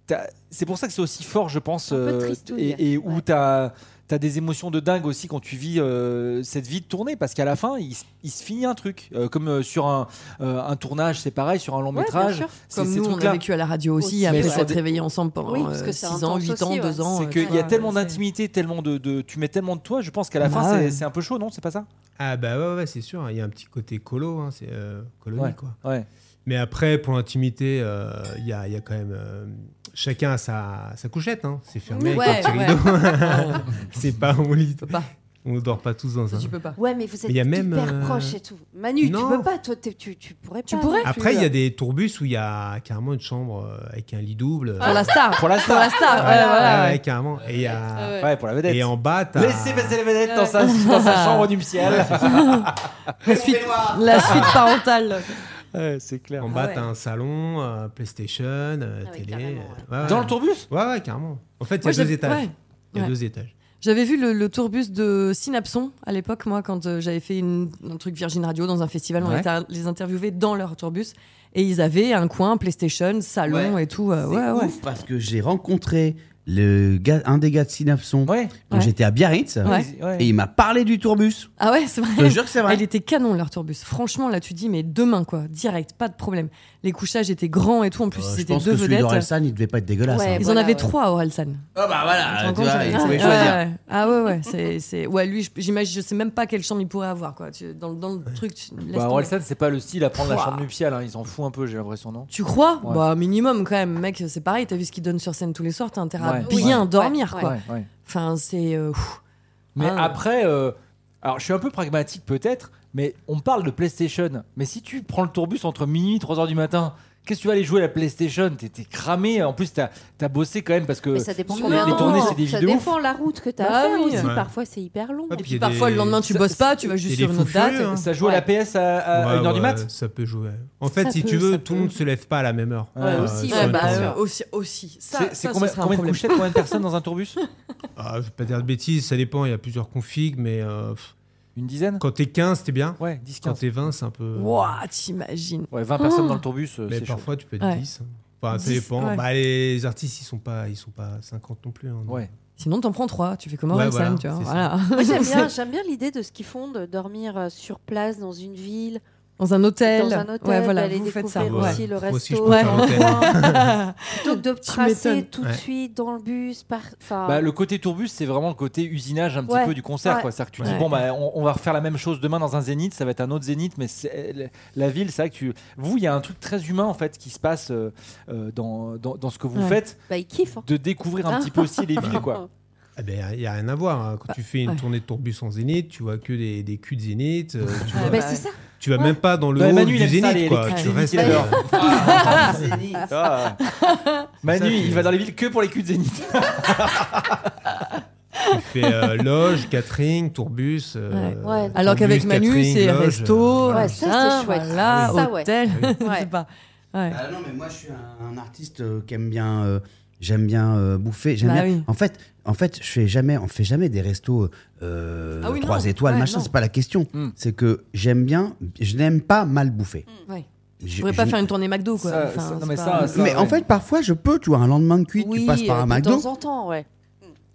A: t'as- c'est pour ça que c'est aussi fort, je pense.
D: Un peu
A: euh,
D: tristouille,
A: et, et où
D: ouais.
A: t'as as des émotions de dingue aussi quand tu vis euh, cette vie de tournée, parce qu'à la fin, il, se- il se finit un truc. Euh, comme euh, sur un, euh, un tournage, c'est pareil, sur un long
D: Ouais, bien
A: métrage.
D: sûr.
A: c'est
E: Comme
A: ces
E: nous, on
A: trucs-là.
E: a vécu à la radio aussi,
D: Aussi,
E: et après
A: mais
E: s'être
A: c'est-
E: réveillés ensemble
D: Oui,
E: pendant
D: parce que c'est
E: 6 ans,
D: intense
E: 8 ans,
D: aussi,
E: 2
D: ouais.
E: ans.
A: C'est
E: euh,
A: qu'il
E: tu
A: y
E: vois,
A: a tellement
E: c'est-
A: d'intimité, tellement de, de- Tu mets tellement de toi, je pense qu'à la
E: Bah
A: fin, c'est-
E: ouais.
A: c'est un peu chaud, non C'est pas ça
F: Ah bah ouais, ouais, c'est sûr, hein. il y a un petit côté colo, hein, c'est euh, colonie quoi.
A: Ouais.
F: Mais après, pour l'intimité, euh, il y, a, il y a quand même... euh, chacun a sa, sa couchette, hein. c'est fermé,
E: Ouais,
F: avec un petit
E: ouais.
F: rideau.
E: Ah,
F: c'est pas on lit.
E: peux pas.
F: On dort pas tous dans
E: ça,
F: un...
E: tu peux pas.
D: Ouais, mais vous êtes
F: Mais il y a même,
D: hyper
F: euh,
D: proches et tout. Manu,
F: non.
D: tu peux pas, toi, t'es- tu, tu pourrais pas. hein. euh,
E: Tu pourrais
F: Après, il y a des tourbus où il y a carrément une chambre euh, avec un lit double.
E: Pour la star.
A: Pour la
E: Pour la
A: star.
E: star.
F: Ah, Ouais,
E: Ah, ouais, voilà,
F: ouais,
E: ouais.
F: carrément. Et, il y a-
D: Ah ouais.
A: Ouais, pour la vedette.
F: et en bas, t'as...
A: Laissez passer la vedette dans, sa, dans sa chambre nuptiale.
E: La suite, la suite parentale.
A: Ouais, c'est clair.
F: En
E: Ah
F: bas,
E: ouais.
F: t'as un salon, euh, PlayStation, euh,
D: Ah ouais,
F: télé.
D: carrément,
F: euh, ouais,
A: Dans
F: ouais.
A: le tourbus
F: Ouais, ouais, carrément. En fait, il y
E: Moi,
F: a
E: j'ai-
F: deux étages.
E: ouais.
F: Il y a
E: Ouais.
F: deux étages.
E: J'avais vu le, le tourbus de Synapson à l'époque, moi, quand euh, j'avais fait une- un truc Virgin Radio dans un festival. On
A: Ouais.
E: était à les interviewait dans leur tourbus et ils avaient un coin PlayStation, salon
C: Ouais.
E: et tout. euh, ouais,
C: C'est
E: ouais.
C: ouf Parce que j'ai rencontré le gars, un des gars de Synapson
A: Ouais.
C: quand
E: Ouais.
C: j'étais à Biarritz
E: Ouais.
C: et il m'a parlé du tourbus.
E: Ah ouais, c'est
C: Je te
E: vrai.
C: jure que c'est
E: Elle
C: vrai.
E: était canon leur tourbus. Franchement, là, tu dis, mais demain, quoi, direct, pas de problème. Les couchages étaient grands et tout. En plus,
C: Euh, je
E: c'était
C: pense
E: deux
C: que celui
E: vedettes.
C: d'Orelsan, il devait pas être dégueulasse.
D: Ouais,
C: hein.
E: Ils
D: Voilà,
E: en avaient
D: ouais.
E: trois à Orelsan.
C: Ah bah
E: Tu
C: voilà,
E: te
C: tu
E: rends
C: vois,
E: compte, hein.
C: ils
E: ouais.
C: pouvaient
E: Ouais,
C: choisir.
E: ouais. Ah ouais, ouais. c'est- c'est- ouais lui, je- j'imagine, je sais même pas quelle chambre il pourrait avoir. Quoi. Tu- Dans, le- dans le truc, tu, laisse
A: Bah,
E: tomber.
A: Orelsan, c'est pas le style à prendre la
E: Ouah.
A: chambre nuptiale, hein. ils s'en foutent un peu, j'ai l'impression, non
E: Tu crois
A: Ouais.
E: Bah minimum quand même, mec, c'est pareil, t'as vu ce qu'il donne sur scène tous les soirs, t'as intérêt à
A: Ouais.
E: bien
D: Oui.
E: dormir
D: Ouais,
E: quoi.
A: Ouais, ouais.
E: Enfin, c'est euh, pff,
A: Mais
E: Ah.
A: après, euh, alors je suis un peu pragmatique peut-être, mais on parle de PlayStation. Mais si tu prends le tourbus entre minuit et 3h du matin, qu'est-ce que tu vas aller jouer à la PlayStation T'es t'es cramé. hein. En plus, t'as as bossé quand même parce que
D: Mais ça dépend
F: euh,
A: les,
D: combien de
A: les
D: temps.
A: tournées, c'est des
D: Ça
A: vidéos.
D: dépend la route que t'as
E: Bah
D: à faire
E: oui.
D: aussi.
F: Ah Ouais. Ah,
D: Parfois, c'est hyper long.
F: Ouais,
E: et
F: puis
E: puis
F: il y a
E: parfois
F: des-
E: le lendemain tu
A: ça-
E: bosses pas, tu vas
F: il y
E: juste
F: a
E: sur
F: des
E: une autre
F: fous furieux,
E: date.
F: hein.
A: Ça joue à la PS à,
F: Ouais,
A: 1h Euh, du
F: ouais,
A: mat
F: Ça peut jouer. En fait,
D: Ça
F: si
D: peut,
F: tu
D: ça
F: veux, tout le
D: peut.
F: monde se lève pas à la même heure.
A: Ouais,
F: Euh,
D: aussi,
F: sur
E: Ouais,
F: une
E: bah,
F: tournée.
E: euh, aussi, aussi. Ça,
A: C'est- C'est
E: ça,
A: combien,
E: ce sera un
A: combien de
E: problème.
A: couchettes, combien de personnes dans un tourbus
F: Ah, je vais pas dire de bêtises, ça dépend, il y a plusieurs configs, mais euh, pff,
A: Une dizaine
F: quand t'es 15, t'es bien.
A: Ouais, 10,
F: Quand
A: 15.
F: t'es 20, c'est un peu.
E: Ouah, t'imagines.
A: Ouais, 20 personnes dans le tourbus, euh,
F: Mais
A: c'est chaud.
F: parfois, tu peux être
E: Ouais.
F: 10. hein. Enfin, ça
E: 10,
F: dépend.
E: ouais.
F: Bah, les artistes, ils sont pas, ils sont pas 50 non plus. hein.
A: Ouais.
E: Sinon t'en prends trois, tu fais comme
F: Ouais,
E: Orelsan,
F: voilà,
E: tu vois.
F: c'est ça.
E: Voilà.
D: Moi, j'aime bien, j'aime bien l'idée de ce qu'ils font, de dormir euh, sur place, dans une ville,
E: Dans un hôtel.
D: dans un hôtel,
E: ouais, voilà,
D: d'aller
E: vous faites
D: découvrir
E: ça.
F: ouais.
D: aussi le
F: Moi aussi, je
D: resto.
F: préfère
D: dans le
F: l'hôtel.
D: coin.
E: Ouais.
D: Plutôt que de
E: Tu
D: tracer
E: m'étonnes.
D: tout de
F: Ouais.
D: suite dans le bus. Par...
E: Ah.
D: Enfin,
A: Bah, le côté tourbus, c'est vraiment le côté usinage un petit
D: Ouais.
A: peu du concert.
D: Ouais.
A: quoi. C'est-à-dire que tu
E: Ouais.
A: dis, bon, bah, on, on va refaire la même chose demain dans un zénith, ça va être un autre zénith, mais c'est- la- la ville, c'est vrai que tu. Vous, il y a un truc très humain en fait qui se passe euh, euh, dans, dans, dans ce que vous
E: Ouais.
A: faites,
D: bah, ils kiffent. hein.
A: de découvrir un petit peu aussi les villes. quoi.
F: Ah ben, il y a rien à voir. hein. Quand tu fais une
E: ouais.
F: tournée de tourbus en zénith, tu vois que des, des culs de zénith. euh, tu,
E: Ouais,
F: vois,
D: Bah,
E: bah,
D: c'est ça.
F: tu vas
D: ouais.
F: même pas dans le
A: Ouais,
F: hall
A: Manu, il
F: du
A: aime ça,
F: zénith.
A: les-
F: quoi.
A: les
F: Tu
A: culs de
F: restes.
A: zénith, alors.
F: euh,
A: Ah. Manu,
F: ça,
A: il
F: c'est-
A: va dans les villes que pour les culs de zénith.
F: tu fais euh, loge, catering, tourbus. euh,
E: Ouais.
D: Ouais.
E: Alors
F: tourbus,
E: qu'avec Manu,
F: catering,
E: c'est
F: loge,
E: resto,
F: euh, voilà.
D: Ouais, ça, c'est
E: machin,
D: chouette. Ah,
E: voilà,
D: Ça, ouais.
E: hôtel, je
D: Ouais.
E: sais pas. Ouais.
C: Ah non, mais moi je suis un, un artiste euh, qui aime bien, euh, j'aime bien euh, bouffer. J'aime
E: Bah
C: bien-
E: oui.
C: En fait, en fait, je fais jamais, on fait jamais des restos euh,
E: Ah oui,
C: trois
E: non.
C: étoiles,
E: Ouais,
C: machin.
E: non.
C: C'est pas la question.
A: Mm.
C: C'est que j'aime bien, je n'aime pas mal bouffer.
E: Ouais.
C: Je
E: Je pourrais pas faire une tournée McDo quoi.
A: Ça,
E: Enfin,
A: ça- non,
E: c'est
A: mais
E: pas-
A: ça, ça-
C: Mais en
A: ouais.
C: fait, parfois, je peux, tu vois, un lendemain de cuite, tu
D: Oui,
C: passes par
D: euh,
C: un
D: de
C: McDo,
D: temps en temps, ouais.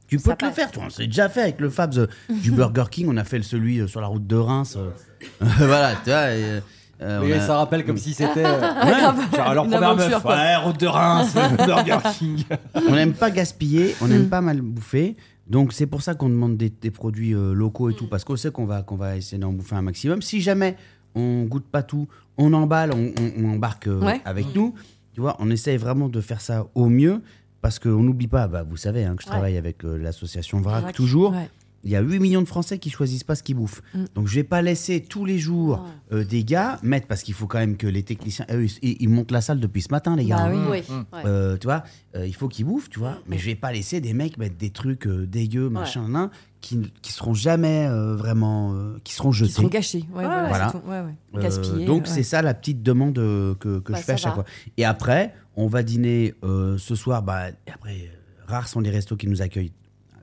C: tu
D: ça
C: peux te le
D: passe.
C: faire, toi. On s'est déjà fait avec le Fabs euh, du Burger King, on a fait le celui euh, sur la route de Reims. euh, voilà, tu vois. et, euh, euh,
A: Oui,
C: on a-
A: ça rappelle comme si c'était. euh, genre leur
E: Une
A: première
E: aventure,
A: meuf.
E: quoi.
A: Ouais, route de Reims, euh, Burger King.
C: On n'aime pas gaspiller, on
D: Mm.
C: n'aime pas mal bouffer. Donc c'est pour ça qu'on demande des, des produits euh, locaux et tout,
D: Mm.
C: parce qu'on sait qu'on va, qu'on va essayer d'en bouffer un maximum. Si jamais on goûte pas tout, on emballe, on, on- on embarque euh,
E: Ouais.
C: avec
A: Mm.
C: nous. Tu vois, on essaye vraiment de faire ça au mieux, parce qu'on n'oublie pas, bah, vous savez hein, que je
D: Ouais.
C: travaille avec euh, l'association VRAC
E: Vrac,
C: toujours.
E: ouais.
C: il y a 8 millions de Français qui choisissent pas ce qu'ils bouffent.
E: Mm.
C: Donc je vais pas laisser tous les jours euh, des gars mettre, parce qu'il faut quand même que les techniciens, eh, eux, ils, ils montent la salle depuis ce matin, les gars.
E: Bah
C: hein.
E: oui. Mm.
D: Oui,
F: Mm.
A: Mmh.
D: ouais.
C: Euh, tu vois, euh, il faut qu'ils bouffent, tu vois. Mais je vais pas laisser des mecs mettre des trucs euh, dégueux, machin, nan, qui, ne- qui seront jamais euh, vraiment, euh, qui seront jetés.
E: Qui seront gâchés. Ouais, voilà.
C: Voilà.
E: c'est tout. Ouais, ouais.
C: Euh,
E: Gaspillés,
C: donc
E: ouais.
C: c'est ça la petite demande euh, que, que
D: Bah,
C: je fais à
D: ça
C: chaque
D: va.
C: fois. Et après, on va dîner euh, ce soir. Bah, et après, euh, rares sont les restos qui nous accueillent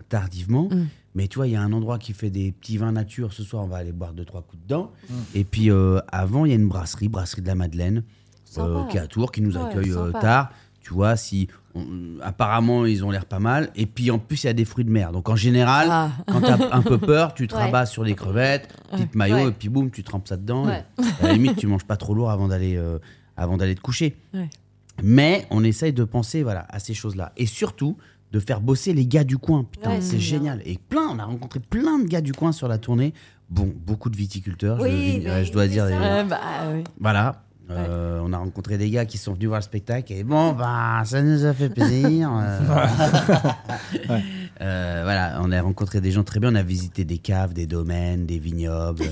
C: tardivement.
E: Mm.
C: Mais tu vois, il y a un endroit qui fait des petits vins nature. Ce soir, on va aller boire deux, trois coups dedans. Et puis euh, avant, il y a une brasserie, Brasserie de la Madeleine,
D: Sympa.
C: euh, qui est à Tours, qui nous
D: Ouais,
C: accueille euh,
D: sympa.
C: tard. Tu vois, si on- apparemment, ils ont l'air pas mal. Et puis en plus, il y a des fruits de mer. Donc en général,
E: Ah.
C: quand t'as un peu peur, tu te
D: Ouais.
C: rabats sur des crevettes, petite maillot,
D: Ouais.
C: et puis boum, tu trempes ça dedans.
D: Ouais.
C: Et à la limite, tu manges pas trop lourd avant d'aller euh, avant d'aller te coucher.
E: Ouais.
C: Mais on essaye de penser voilà à ces choses-là et surtout de faire bosser les gars du coin. Putain,
D: Ouais, c'est
C: c'est génial. Et plein, on a rencontré plein de gars du coin sur la tournée. Bon, beaucoup de viticulteurs, je-
D: Oui,
C: je,
D: mais
C: je dois
D: c'est
C: dire.
D: ça.
C: des-
E: Euh, bah, oui.
C: voilà. Euh, on a rencontré des gars qui sont venus voir le spectacle et bon, bah, ça nous a fait plaisir. Euh, euh, voilà, on a rencontré des gens très bien. On a visité des caves, des domaines, des vignobles.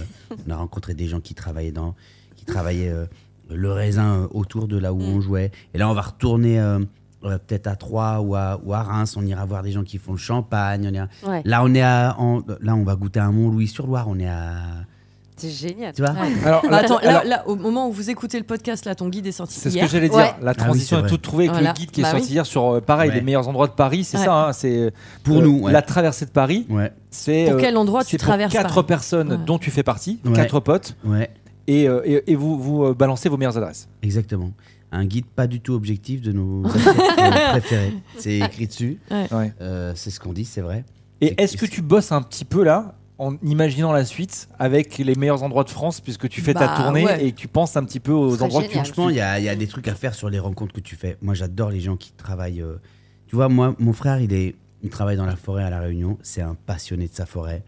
C: on a rencontré des gens qui travaillaient dans, qui travaillaient euh, le raisin euh, autour de là où on jouait. Et là, on va retourner euh, euh, peut-être à Troyes ou à, ou à Reims. On ira voir des gens qui font le champagne. On ira-
D: Ouais.
C: Là, on est à, en- là, on va goûter à Mont-Louis-sur-Loire. On est à,
D: C'est génial.
C: tu vois.
A: Alors,
E: Bah,
A: la-
E: attends, là,
A: alors,
E: là, au moment où vous écoutez le podcast, là, ton guide est sorti
A: c'est ce
E: hier.
A: que j'allais dire.
D: Ouais.
A: La
C: oui,
A: transition
C: c'est
A: est
C: vrai.
A: toute trouvée avec
E: Voilà.
A: le guide qui est
E: Bah
A: sorti
E: oui.
A: hier sur euh, pareil
C: Ouais.
A: les meilleurs endroits de Paris. C'est
E: Ouais.
A: ça. hein, c'est
C: Pour nous, ouais.
A: la traversée de Paris.
C: Ouais,
A: C'est
E: Pour
A: euh,
E: quel endroit
A: c'est
E: tu
A: pour
E: traverses
A: quatre
E: Paris
A: personnes
E: Ouais.
A: dont tu fais partie,
C: Ouais.
A: quatre potes,
C: ouais.
A: et, euh, et- et vous vous euh, balancez vos meilleures adresses.
C: Exactement. Un guide pas du tout objectif de nos athlètes, euh, préférés. C'est écrit dessus.
A: Ouais.
C: Euh, c'est ce qu'on dit, c'est vrai.
A: Et est-ce que tu bosses un petit peu là en imaginant la suite avec les meilleurs endroits de France puisque tu fais ta
E: Bah,
A: tournée
E: ouais.
A: et que tu penses un petit peu aux
D: serait
A: endroits que tu
D: génial.
C: Franchement, il y a, il y a des trucs à faire sur les rencontres que tu fais. Moi, j'adore les gens qui travaillent. euh, Tu vois, moi, mon frère, il, est, il travaille dans la forêt à La Réunion. C'est un passionné de sa forêt.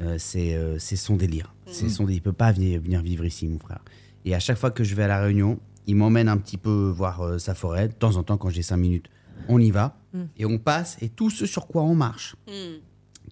C: Euh, c'est euh, c'est son délire. C'est son délire. Il peut pas venir, venir vivre ici, mon frère. Et à chaque fois que je vais à La Réunion, il m'emmène un petit peu voir euh, sa forêt. De temps en temps, quand j'ai cinq minutes, on y va. Et on passe. Et tout ce sur quoi on marche,
D: Mm.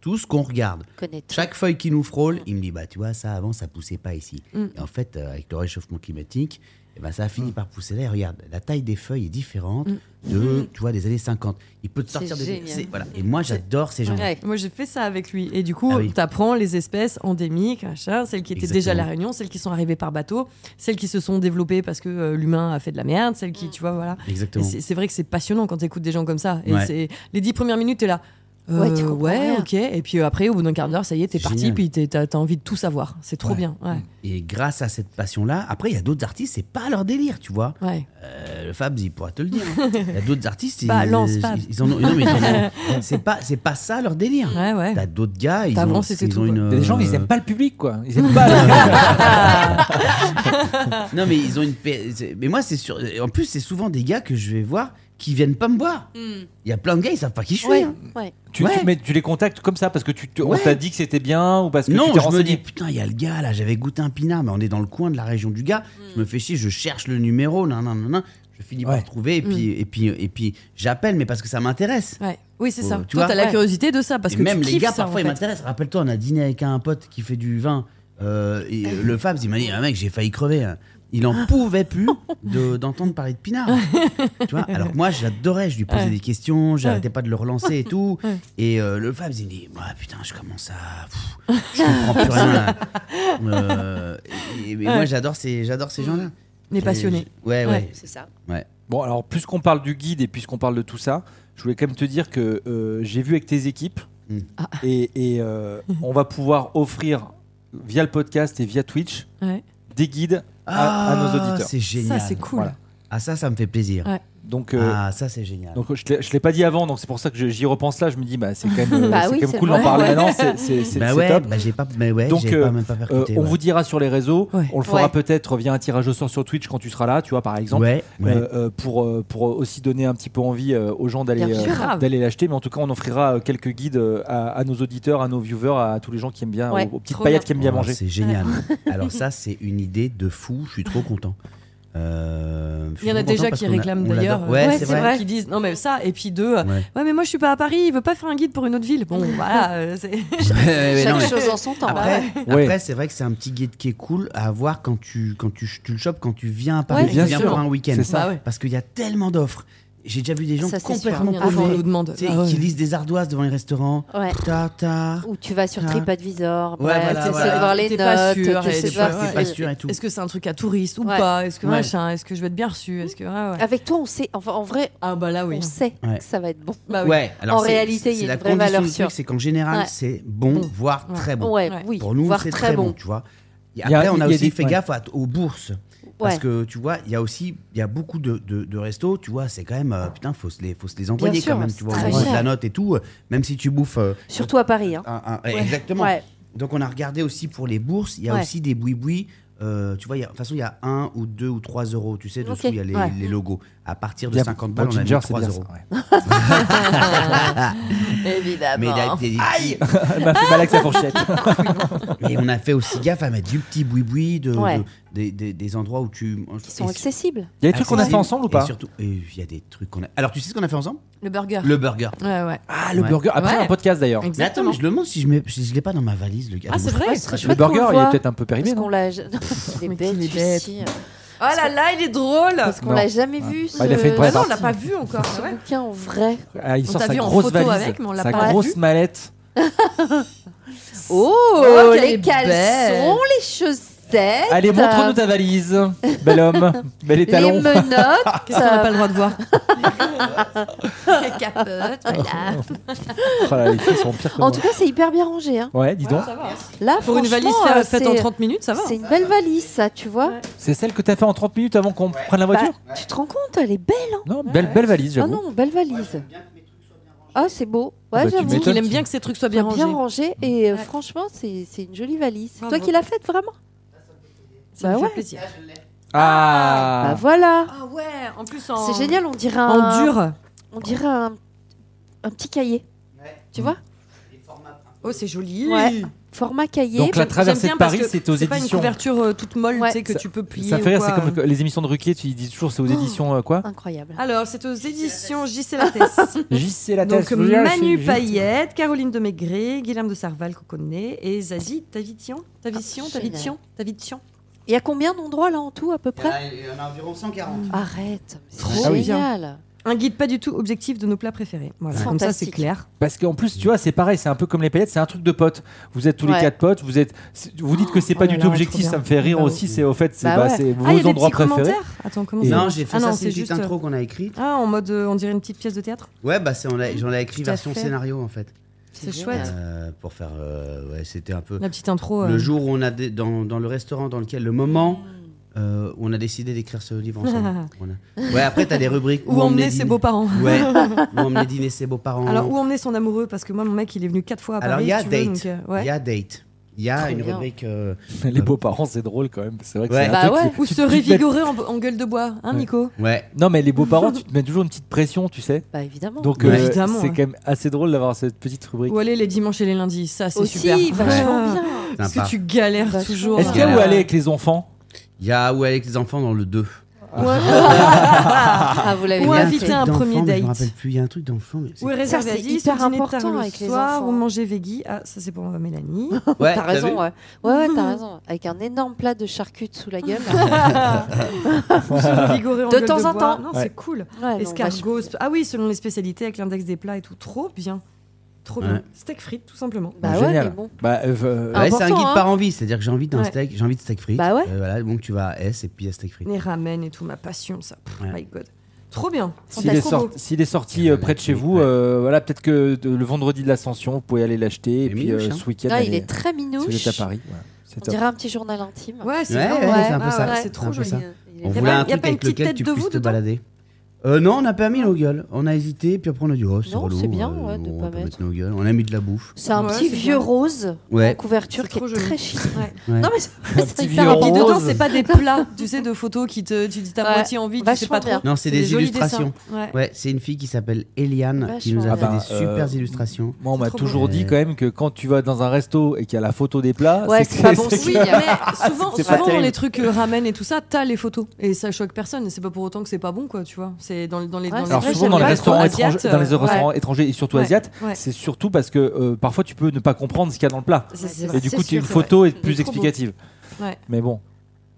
C: tout ce qu'on regarde,
D: Connaît tout.
C: chaque feuille qui nous frôle, il me dit bah tu vois ça avant ça poussait pas ici.
E: Mm.
C: Et en fait euh, avec le réchauffement climatique, eh ben ça a fini par pousser là. Et regarde la taille des feuilles est différente
E: Mm.
C: de tu vois des années 50. Il peut te
D: C'est
C: sortir des
D: génial.
C: c'est- voilà. Et moi j'adore ces gens.
D: Ouais.
E: Moi, j'ai fait ça avec lui. Et du coup,
C: Ah oui.
E: t'apprends les espèces endémiques, machin, celles qui étaient déjà à La Réunion, celles qui sont arrivées par bateau, celles qui se sont développées parce que euh, l'humain a fait de la merde, celles
D: Mm.
E: qui, tu vois, voilà. Et
C: Exactement.
E: C'est c'est vrai que c'est passionnant quand t'écoutes des gens comme ça. Et
C: Ouais.
E: c'est les dix premières minutes, t'es là. euh,
D: Ouais, t'y comprends
E: ouais,
D: rien.
E: ok. Et puis euh, après, au bout d'un quart d'heure, ça y est, t'es
C: C'est
E: parti,
C: génial.
E: puis t'es- t'as t'as envie de tout savoir. C'est trop
C: Ouais.
E: bien. Ouais.
C: Et grâce à cette passion là, après il y a d'autres artistes c'est pas leur délire tu vois.
E: ouais.
C: Euh, le Fabs il pourra te le dire. hein. Il y a d'autres artistes ils,
E: Balance,
C: ils,
E: Fab.
C: ils en ont non mais ils en ont- c'est pas c'est pas ça leur délire.
E: Ouais, ouais.
C: T'as d'autres gars ils ont,
E: T'avances et c'est
C: ils
E: tout,
C: ont
E: quoi.
C: une.
A: Il y a des gens ils
C: euh,
A: aiment pas le public quoi. Ils aiment pas.
C: Non, mais ils ont une. paix- c'est- Mais moi, c'est sûr. En plus, c'est souvent des gars que je vais voir qui viennent pas me voir. Il y a plein de gars, ils savent pas qui je suis.
D: Ouais,
C: hein.
D: ouais.
A: tu,
C: Ouais.
A: tu mets- tu les contactes comme ça parce que tu te- on
C: Ouais.
A: t'a dit que c'était bien ou parce que tu
C: Non,
A: t'es
C: je me dis,
A: renseigné.
C: putain, il y a le gars là, j'avais goûté un pinard, mais on est dans le coin de la région du gars. Je me fais chier, je cherche le numéro, nan, nan, nan, nan. Je finis
A: Ouais.
C: par trouver, et puis, et puis, et puis j'appelle, mais parce que ça m'intéresse.
E: Ouais. Oui, c'est
C: Euh,
E: ça.
C: tu
E: Toi,
C: vois,
E: t'as la
C: ouais.
E: curiosité de ça parce
C: Et
E: que
C: même
E: tu
C: les
E: kiffes
C: gars,
E: ça, en
C: parfois, ils
E: fait.
C: m'intéressent. Rappelle-toi, on a dîné avec un pote qui fait du vin. euh, et le Fabs, il m'a dit, ah, mec, j'ai failli crever. hein. Il
E: Ah.
C: en pouvait plus de- d'entendre parler de Pinard. tu vois Alors que moi, j'adorais, je lui posais des questions, j'arrêtais pas de le relancer et tout. Et euh, le Fabs, il me dit, Bah, putain, je commence à. pff, je comprends plus rien. Euh, et, et moi, j'adore ces, j'adore ces gens-là.
E: Les passionnés.
C: Et- Ouais, ouais.
E: Ouais.
D: C'est ça.
A: Bon alors puisqu'on parle du guide et puisqu'on parle de tout ça, je voulais quand même te dire que euh, j'ai vu avec tes équipes
C: Mm.
E: Ah.
A: et, et, euh, on va pouvoir offrir via le podcast et via Twitch
E: Ouais.
A: des guides à, à nos auditeurs.
C: Ah, C'est génial.
E: Ça, c'est cool.
A: Voilà.
C: Ah, ça, ça me fait plaisir.
E: Ouais.
A: Donc euh,
C: Ah, ça, c'est génial.
A: Donc je ne l'ai pas dit avant, donc c'est pour ça que je- j'y repense là. Je me dis, bah, c'est quand même, euh,
D: Bah
A: c'est
D: oui,
A: quand même
D: c'est
A: cool
D: vrai.
A: d'en parler
D: Ouais.
A: maintenant. C'est c'est- c'est-
C: Bah
A: c'est
C: ouais,
A: top.
C: bah j'ai pas, mais ouais,
A: Donc,
C: j'ai
A: euh,
C: pas même pas
A: Euh,
C: percuté.
A: on
C: ouais.
A: vous dira sur les réseaux.
E: Ouais.
A: On le fera
D: Ouais.
A: peut-être via un tirage au sort sur Twitch quand tu seras là, tu vois, par exemple.
C: Ouais, ouais.
A: Euh, euh, pour, euh, pour aussi donner un petit peu envie euh, aux gens d'aller
D: Bien
A: euh,
D: sûr.
E: Grave.
A: d'aller l'acheter. Mais en tout cas, on offrira euh, quelques guides euh, à, à nos auditeurs, à nos viewers, à tous les gens qui aiment bien,
D: Ouais,
A: aux, aux petites
E: trop
A: paillettes
E: bien.
A: qui aiment bien
C: Oh,
A: manger.
C: C'est génial. Alors ça, c'est une idée de fou. Je suis trop content. Euh, je suis
E: Il y en a
C: trop content
E: déjà
C: parce
E: qui
C: qu'on a-
E: réclament
C: on
E: d'ailleurs.
C: l'adore.
E: euh,
C: Ouais,
D: Ouais,
C: c'est
D: c'est
C: vrai.
D: vrai.
E: Qui disent non mais ça et puis deux. euh,
C: Ouais.
E: Ouais mais moi je suis pas à Paris, il veut pas faire un guide pour une autre ville. Bon voilà. euh, c'est-
C: Ouais, ouais, ouais, non,
D: Chaque
C: mais-
D: chose en son temps.
C: Après,
D: ouais.
A: Ouais.
C: après, c'est vrai que c'est un petit guide qui est cool à avoir quand tu, quand tu, tu le chopes, quand tu viens à Paris,
D: Ouais,
C: tu
A: bien
C: viens
A: sûr.
C: pour un week-end.
A: C'est ça.
E: Bah ouais.
C: Parce qu'il y a tellement d'offres. J'ai déjà vu des gens
D: Ça, c'est
C: complètement
D: sûr.
E: Ah, on
D: Ouais.
C: paumés,
E: nous demande.
C: tu sais,
E: Ah ouais.
C: qui lisent des ardoises devant les restaurants.
D: Ouais.
C: Tata.
D: Ou tu vas sur
C: Ah.
D: TripAdvisor,
C: Ouais,
D: bref,
C: voilà,
D: t'essaies
C: voilà.
D: de voir les
E: T'es
D: notes,
E: pas sûr,
D: t'essaies
E: et
D: de
E: tu
D: voir
E: vois,
D: si-
E: ouais.
C: Pas sûr et tout.
E: Est-ce que c'est un truc à touriste ou
D: Ouais.
E: pas Est-ce que
C: Ouais.
E: machin Est-ce que je vais être bien reçu Est-ce que ouais, ouais.
D: Avec toi, on sait, enfin, en vrai,
E: Ah bah là oui.
D: on sait
C: Ouais.
D: que ça va être bon.
E: Bah oui.
C: Ouais, alors
D: Ah En
C: c'est-
D: réalité, il y a
C: c'est
D: une
C: la
D: vraie
C: condition
D: valeur
C: du truc,
D: sûre.
C: c'est qu'en général,
D: Ouais.
C: c'est bon,
E: Bon.
C: voire très bon.
D: Ouais,
E: Ouais.
D: oui,
C: Pour nous,
D: voire
C: c'est
D: très, bon.
C: tu vois.
A: Il
C: Et
A: y
C: après,
A: a- il
C: on
A: y
C: a
A: a
C: aussi
A: des-
C: fait
A: ouais.
C: gaffe à- aux bourses. Parce
D: Ouais.
C: que tu vois, il y a aussi il y a beaucoup de, de, de restos, tu vois, c'est quand même, euh, putain, faut se les, faut se les envoyer
D: sûr,
C: quand même,
D: c'est
C: tu vois, au
D: très
C: niveau de
D: cher.
C: la note et tout, euh, même si tu bouffes euh,
D: Surtout à Paris. Hein.
C: un- un- Exactement.
D: Ouais.
C: Donc on a regardé aussi pour les bourses, il y a
D: Ouais.
C: aussi des boui-boui. euh, tu vois, il y a- de toute façon, il y a 1 ou 2 ou 3 euros. Tu sais, dessous,
D: Ok,
C: il y a les,
D: ouais.
C: les logos. À partir de
A: Bien,
C: 50
A: pour
C: balles, on a mis
A: Ginger, c'est
C: 3
A: bien
C: euros.
A: ça, ouais.
C: Mais il
D: Bah
C: y a
D: Évidemment.
C: des- des-
A: Elle m'a fait mal avec sa fourchette.
C: Et on a fait aussi gaffe à mettre du petit boui-boui, de,
D: Ouais.
C: de- des, des- des endroits où tu.
D: Qui sont
C: et-
D: accessibles.
A: Il y a des trucs qu'on a fait
C: accessibles.
A: ensemble ou
C: Et
A: pas
C: surtout, et il y a des trucs qu'on a. Alors, tu sais ce qu'on a fait ensemble
E: Le burger.
C: Le burger.
E: Ouais ouais.
A: Ah, le
C: Ouais.
A: burger. Après
E: Ouais.
A: un podcast d'ailleurs.
C: Mais attends,
E: Exactement.
C: mais je le montre si je ne l'ai pas dans ma valise, le gars.
E: Ah c'est vrai.
D: Ouais, ce serait
A: Le
D: chouette qu'on
A: burger,
D: le
A: il est
D: voit,
A: peut-être un peu périmé.
D: Parce
A: non
D: qu'on l'a. Non, Il est
E: Mais
D: bête,
E: qu'il est
D: celui-ci.
E: Ah là là il est drôle.
D: Parce qu'on
A: Non.
D: l'a jamais vu.
A: Ah, il a fait une
D: ce-
A: vraie
E: Ah non on l'a
A: partie.
E: pas vu encore. Ah ouais.
D: Bouquin en vrai.
A: Ah, il
E: On
A: sort
E: t'a
A: sa
E: vu en
A: grosse
E: photo
A: valise,
E: avec, mais on l'a
A: sa
E: pas
A: grosse
E: vu.
A: mallette.
D: Oh,
E: Oh, qu'elle est
D: les caleçons,
E: belle.
D: les chaussettes. euh,
A: Allez, montre-nous ta valise, bel homme, bel
D: les
A: étalon.
D: menottes.
E: Qu'est-ce qu'on n'a pas le droit de voir Les capotes. Voilà.
A: Oh là, les filles sont pires que
D: En
A: moi.
D: tout cas, c'est hyper bien rangé. hein.
A: Ouais, dis donc.
D: Là,
E: Pour une valise
D: franchement, euh,
E: fa- faite en
D: c'est-
E: 30 minutes ça va.
D: C'est une belle valise, ça, tu vois.
A: C'est celle que t'as fait en 30 minutes avant qu'on prenne la
D: Bah,
A: voiture
D: tu te rends compte, elle est belle. hein.
A: Non, belle, belle valise,
D: Ah
A: j'avoue.
D: non, belle valise. Ah, c'est beau.
A: Bah,
D: Ouais,
A: tu
D: j'avoue.
E: Il dit qu'il
A: m'étonnes.
E: aime bien que ces trucs soient bien rangés.
D: Bien rangé et euh,
E: Ouais.
D: franchement c'est c'est une jolie valise. C'est
E: Bravo.
D: toi qui l'as faite vraiment
E: Ça
D: Bah
E: me fait
D: ouais.
E: plaisir.
A: Ah,
D: Bah voilà.
E: Ah ouais, en plus en
D: C'est génial, on dirait un
E: En dur.
D: On dirait un, un petit cahier.
A: Mm.
D: Tu vois
E: Oh, c'est joli.
D: Ouais. Format cahier.
A: Donc la
E: J'aime
A: traversée
E: bien
A: de
E: parce
A: Paris,
E: que
A: c'est aux
E: pas une
A: éditions.
E: couverture euh, toute molle,
D: Ouais.
E: tu sais que
A: Ça-
E: tu peux plier.
A: Ça fait rire,
E: ou
A: c'est
E: quoi.
A: comme les émissions de Ruquier, tu dis toujours c'est aux éditions euh, quoi
D: Incroyable.
E: Alors, c'est aux éditions JC Lattès.
A: JC la
E: Oh. Donc
A: tête.
E: Manu Payette, Caroline Demaigré, Guillaume de Sarval qu'on connaît et Zazie Tavitian, Tavitian,
D: Ah,
E: Tavitian, Tavitian.
D: Il y a combien d'endroits là en tout à peu près
A: Ah,
C: On a environ 140.
D: Arrête. mais C'est
E: Trop
D: génial.
E: Un guide pas du tout objectif de nos plats préférés. Voilà,
D: Ouais.
E: comme ça c'est
D: Fantastique.
E: clair.
A: Parce qu'en plus, tu vois, c'est pareil, c'est un peu comme les paillettes, c'est un truc de potes. Vous êtes tous
D: Ouais.
A: les quatre potes, vous êtes, c'est- vous dites que c'est pas
E: Oh
A: du
E: là
A: tout
E: là, trop
A: objectif,
E: bien.
A: ça me fait rire
E: Bah
A: aussi. C'est au fait, c'est
D: Bah
A: bah,
D: ouais.
A: c'est
E: Ah, il y a
A: vos
E: des petits
A: endroits préférés.
E: commentaires. Attends, comment
A: Et-
E: ça
C: Non, j'ai fait
E: Ah
C: ça,
E: non,
C: c'est une
E: c'est
C: petite
E: juste-
C: intro qu'on a écrite.
E: Ah, en mode euh, on dirait une petite pièce de théâtre.
C: Ouais, bah c'est- on l'a- j'en ai écrit
E: Tout à
C: version
E: fait.
C: scénario en fait.
E: C'est
D: génial.
E: chouette.
C: Euh, pour faire. euh, ouais, c'était un peu.
E: La petite intro. euh,
C: Le jour où on a. dé- Dans, dans le restaurant dans lequel. Le moment. euh, où on a décidé d'écrire ce livre ensemble. On a- Ouais, après, t'as des rubriques.
E: Où emmener ses
C: dîner-
E: beaux-parents.
C: Ouais, où emmener dîner ses beaux-parents.
E: Alors, où emmener son amoureux Parce que moi, mon mec, il est venu quatre fois à Paris.
C: Alors, il y a
E: si tu veux,
C: date.
E: donc, euh,
C: Il
E: ouais.
C: y a date. Il y a
D: Trop
C: une
D: bien.
C: rubrique. euh,
A: Les beaux-parents, c'est drôle quand même. C'est vrai que
C: Ouais.
A: c'est un
D: Bah
A: truc-
D: ouais.
E: Ou
A: tu-
E: se
A: tu te
E: révigorer en, en gueule de bois, hein,
A: Ouais.
E: Nico
C: Ouais.
A: mets- Non, mais les beaux-parents, tu te mets toujours une petite pression, tu sais.
D: Bah évidemment.
A: Donc,
C: Ouais.
A: euh, c'est
E: Oh, Évidemment,
A: quand
E: hein. ouais.
A: même assez drôle d'avoir cette petite rubrique.
E: Ou aller les dimanches et les lundis, ça, c'est
D: Aussi,
E: super.
D: vachement bien.
E: Parce que
C: Sympa.
E: tu galères
D: Vachement
E: toujours.
D: bien.
A: Est-ce qu'il y a où aller avec les enfants
C: Il y a où aller avec les enfants dans le 2.
D: Ah, vous l'avez
E: Ou
C: Il y a
D: bien
C: un
E: inviter
C: truc
E: un
C: d'enfant,
E: premier
C: mais Je me
E: date.
C: rappelle plus, il y a un truc d'enfant. mais c'est-
E: Ou réserver
D: Ça,
E: à
D: c'est
E: 10,
D: hyper
E: ou dîner tard
D: important
E: le
D: avec les
E: soir,
D: enfants.
E: ou manger veggie. Ah, ça, c'est pour euh, Mélanie.
C: Ouais,
D: T'as
C: t'as vu
D: raison, ouais. Ouais, ouais, t'as raison. Avec un énorme plat de charcutes sous la gueule. là.
E: Ou se révigorer en
D: De
E: gueule
D: temps
E: de
D: en
E: bois.
D: temps.
E: Non,
A: Ouais.
E: c'est cool.
D: Ouais, non, vachement.
E: Escargots. Ah oui, selon les spécialités, avec l'index des plats et tout. Trop bien. Trop
C: Ouais.
E: bien. Steak frites, tout simplement.
D: Bah ouais,
A: Génial.
D: mais bon.
A: Bah, euh, euh,
D: Ah.
C: Ouais, c'est un
D: Important,
C: guide
D: hein.
C: par envie, c'est-à-dire que j'ai envie d'un
E: Ouais.
C: steak, j'ai envie de steak frites.
D: Bah ouais.
C: Euh, voilà, donc tu vas à S et puis à steak frites.
E: Les ramen et tout, ma passion, ça. Pff,
C: Ouais.
E: My God. Trop bien.
A: S'il est,
E: Trop
A: sorti-
E: beau.
A: s'il est sorti euh, près de chez vous,
C: Ouais.
A: euh, voilà, peut-être que de- le vendredi de l'ascension, vous pouvez aller l'acheter. Et
C: Il est
A: puis
C: minouche,
A: euh,
C: hein.
A: ce week-end,
D: Ah, il
A: allez-
D: est très
A: si vous
D: minouche.
A: êtes à Paris, voilà, c'est
D: On
A: top.
D: dirait un petit journal intime.
E: Ouais, c'est
C: Ouais,
E: vraiment-
C: ouais, c'est un peu
E: Ah
C: ça.
E: ouais,
D: Ouais.
E: C'est
C: un
E: trop
C: peu
E: joli.
C: ça.
D: Il est
C: On
E: y a
C: voulait
E: pas-
C: un
E: y a
C: truc
E: pas une
C: avec
E: petite
C: lequel
E: tête
C: tu
E: de
C: puisses
E: veau
C: te
E: dedans
C: balader. Euh, non, on n'a pas mis nos gueules. On a hésité, puis après on a dit oh c'est
D: Non,
C: relou.
D: c'est bien,
C: euh,
D: ouais, de
C: on
D: pas
C: va
D: mettre.
C: nos gueules. On a mis de la bouffe.
D: C'est un
E: Ouais,
D: petit
E: c'est
D: vieux
E: bien.
D: rose
C: Ouais.
D: en couverture
E: C'est
D: qui
E: trop
D: est
E: joli.
D: très chic.
C: Ouais.
D: Non mais c'est-
A: Un
D: c'est
A: petit
D: hyper
A: vieux
E: Et puis
D: important.
A: rose.
E: dedans, c'est pas des plats, tu sais, de photos qui te. Tu dis t'as
D: Ouais,
E: moitié envie, tu sais
D: vachement
E: pas trop.
D: bien.
C: Non, c'est des,
E: jolis
C: illustrations.
E: dessins. Ouais.
C: Ouais, c'est une fille qui s'appelle Eliane qui
D: Vachement
C: nous a fait
D: bien.
C: des
A: Ah bah,
C: super
A: euh,
C: illustrations.
A: Moi, on
E: C'est
A: m'a
E: trop
A: toujours
C: beau.
A: dit quand même que quand tu vas dans un resto et qu'il y a la photo des plats,
D: Ouais,
A: Ah, c'est
D: c'est
A: que-
D: pas bon
A: c'est
E: Oui,
D: signe.
E: mais souvent,
A: c'est pas
E: souvent dans
A: terrible.
E: les trucs euh, ramen et tout ça, t'as les photos. Et ça choque personne. Et c'est pas pour autant que c'est pas bon, quoi, tu vois. C'est dans, les- dans les.
D: Ouais,
E: dans les
D: c'est
A: Alors
D: vrai,
E: vrais
A: souvent dans les
D: j'aime pas
A: restaurants
E: trop
A: étrangers,
E: asiates,
A: dans les
E: euh,
A: restaurants étrangers et surtout
E: Ouais.
A: asiates,
E: Ouais.
A: c'est surtout parce que euh, parfois tu peux ne pas comprendre ce qu'il y a dans le plat.
E: C'est- c'est
D: Et
E: vrai.
A: Et du
D: c'est
A: coup, tu-
D: sûr,
A: une
D: c'est vrai.
A: photo est
E: est
A: plus
E: trop beau.
A: explicative.
E: Ouais.
A: Mais bon,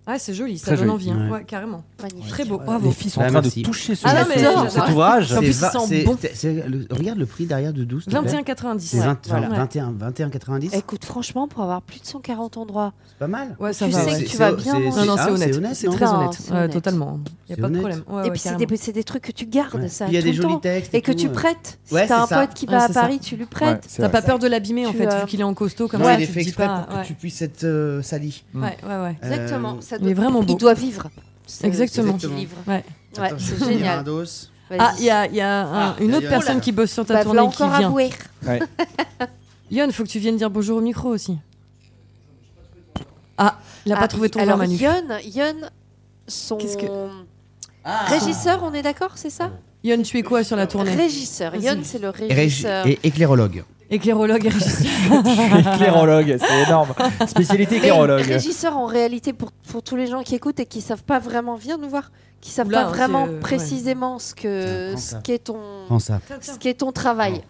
E: Ah, c'est joli, ça
A: Très
E: donne
A: joli.
E: envie, hein.
C: Ouais.
E: ouais, carrément.
D: Magnifique.
E: Très beau,
A: les
E: bravo.
A: filles sont
C: Bah,
A: en train
C: merci.
A: de toucher ce
E: Ah non,
A: geste-
E: mais
A: ce-
E: j'adore.
A: cet ouvrage.
C: C'est
E: En plus, il
C: vingt-
E: sent
C: c'est-
E: bon.
C: c'est- c'est- le- regarde le prix derrière de 12. s'il te plaît. C'est
E: 21,90.
C: 20, voilà,
E: Ouais.
C: 21, 21, 90. C'est
D: Écoute, franchement, pour avoir plus de 140 endroits,
C: pas mal.
E: Ouais, ça
D: Tu
E: va.
D: sais
E: ouais.
D: que
C: C'est-
D: tu vas
C: c'est-
D: bien
C: c'est-
D: manger.
E: hein. Non, non, c'est
C: ah,
E: honnête. C'est
C: non
E: très
D: Non,
E: honnête.
D: c'est
E: Ouais,
D: honnête.
E: totalement. Il n'y
C: C'est
E: a pas de
C: honnête.
E: problème. Ouais,
D: et
E: ouais,
D: puis c'est
E: carrément.
D: des, c'est des trucs que tu gardes,
C: Ouais.
D: ça.
C: Puis il y a
D: tout
C: des
D: le
C: jolis
D: temps.
C: textes.
D: Et que
C: tout,
D: tu
C: euh.
D: prêtes.
C: Ouais,
D: si t'as
C: c'est
D: un
C: ça.
D: pote qui
E: Ouais,
D: va à
E: c'est ça.
D: Paris, tu lui
A: Ouais,
D: prêtes.
A: c'est
E: T'as
A: vrai.
E: pas peur de l'abîmer, en
D: Tu,
E: fait,
D: euh,
E: vu qu'il est en costaud comme
C: Non,
E: ça.
C: il est
E: tu Mm. te
C: fait
E: dis
C: exprès
E: pas,
C: pour que
E: ouais.
C: tu puisses être euh, sali.
E: Ouais, ouais, ouais.
C: Euh,
D: Exactement. ça
E: Il est
D: doit-
E: vraiment beau.
D: Il doit vivre. ce-
E: Exactement.
D: ce petit livre.
E: Ouais.
D: Ouais,
C: attends, je vais
D: c'est
C: hein, lire un
D: génial.
C: dos.
D: Vas-y.
E: Ah, il y a, il y a un-
C: Ah, il y
E: une
C: a
E: autre
C: Yon.
E: personne qui bosse sur ta
D: Bah, voilà
E: tournée qui
D: encore à
E: vient.
D: bouer.
E: Yon, faut que tu viennes dire bonjour au micro aussi. Ah, il n'a
D: Ah,
E: pas trouvé ton verre,
D: alors,
E: Manu.
D: Yon, Yon, son
E: Qu'est-ce Ah.
D: régisseur, on est d'accord, c'est ça
E: Yon, tu es quoi sur la tournée
D: Régisseur.
E: Vas-y.
D: Yon, c'est le
C: Et, régi-
D: régisseur.
C: et éclairologue.
E: Éclairologue et régisseur.
A: Éclairologue, c'est énorme. Spécialité
D: Mais
A: éclairologue.
D: régisseur, en réalité, pour, pour tous les gens qui écoutent et qui savent pas vraiment, viens nous voir, qui savent
E: Oula,
D: pas
E: hein,
D: vraiment
E: c'est, euh,
D: précisément ce
C: Tiens,
D: que
C: prends
D: ce
C: ça.
D: qu'est ton
C: Prends ça.
D: ce qu'est ton travail.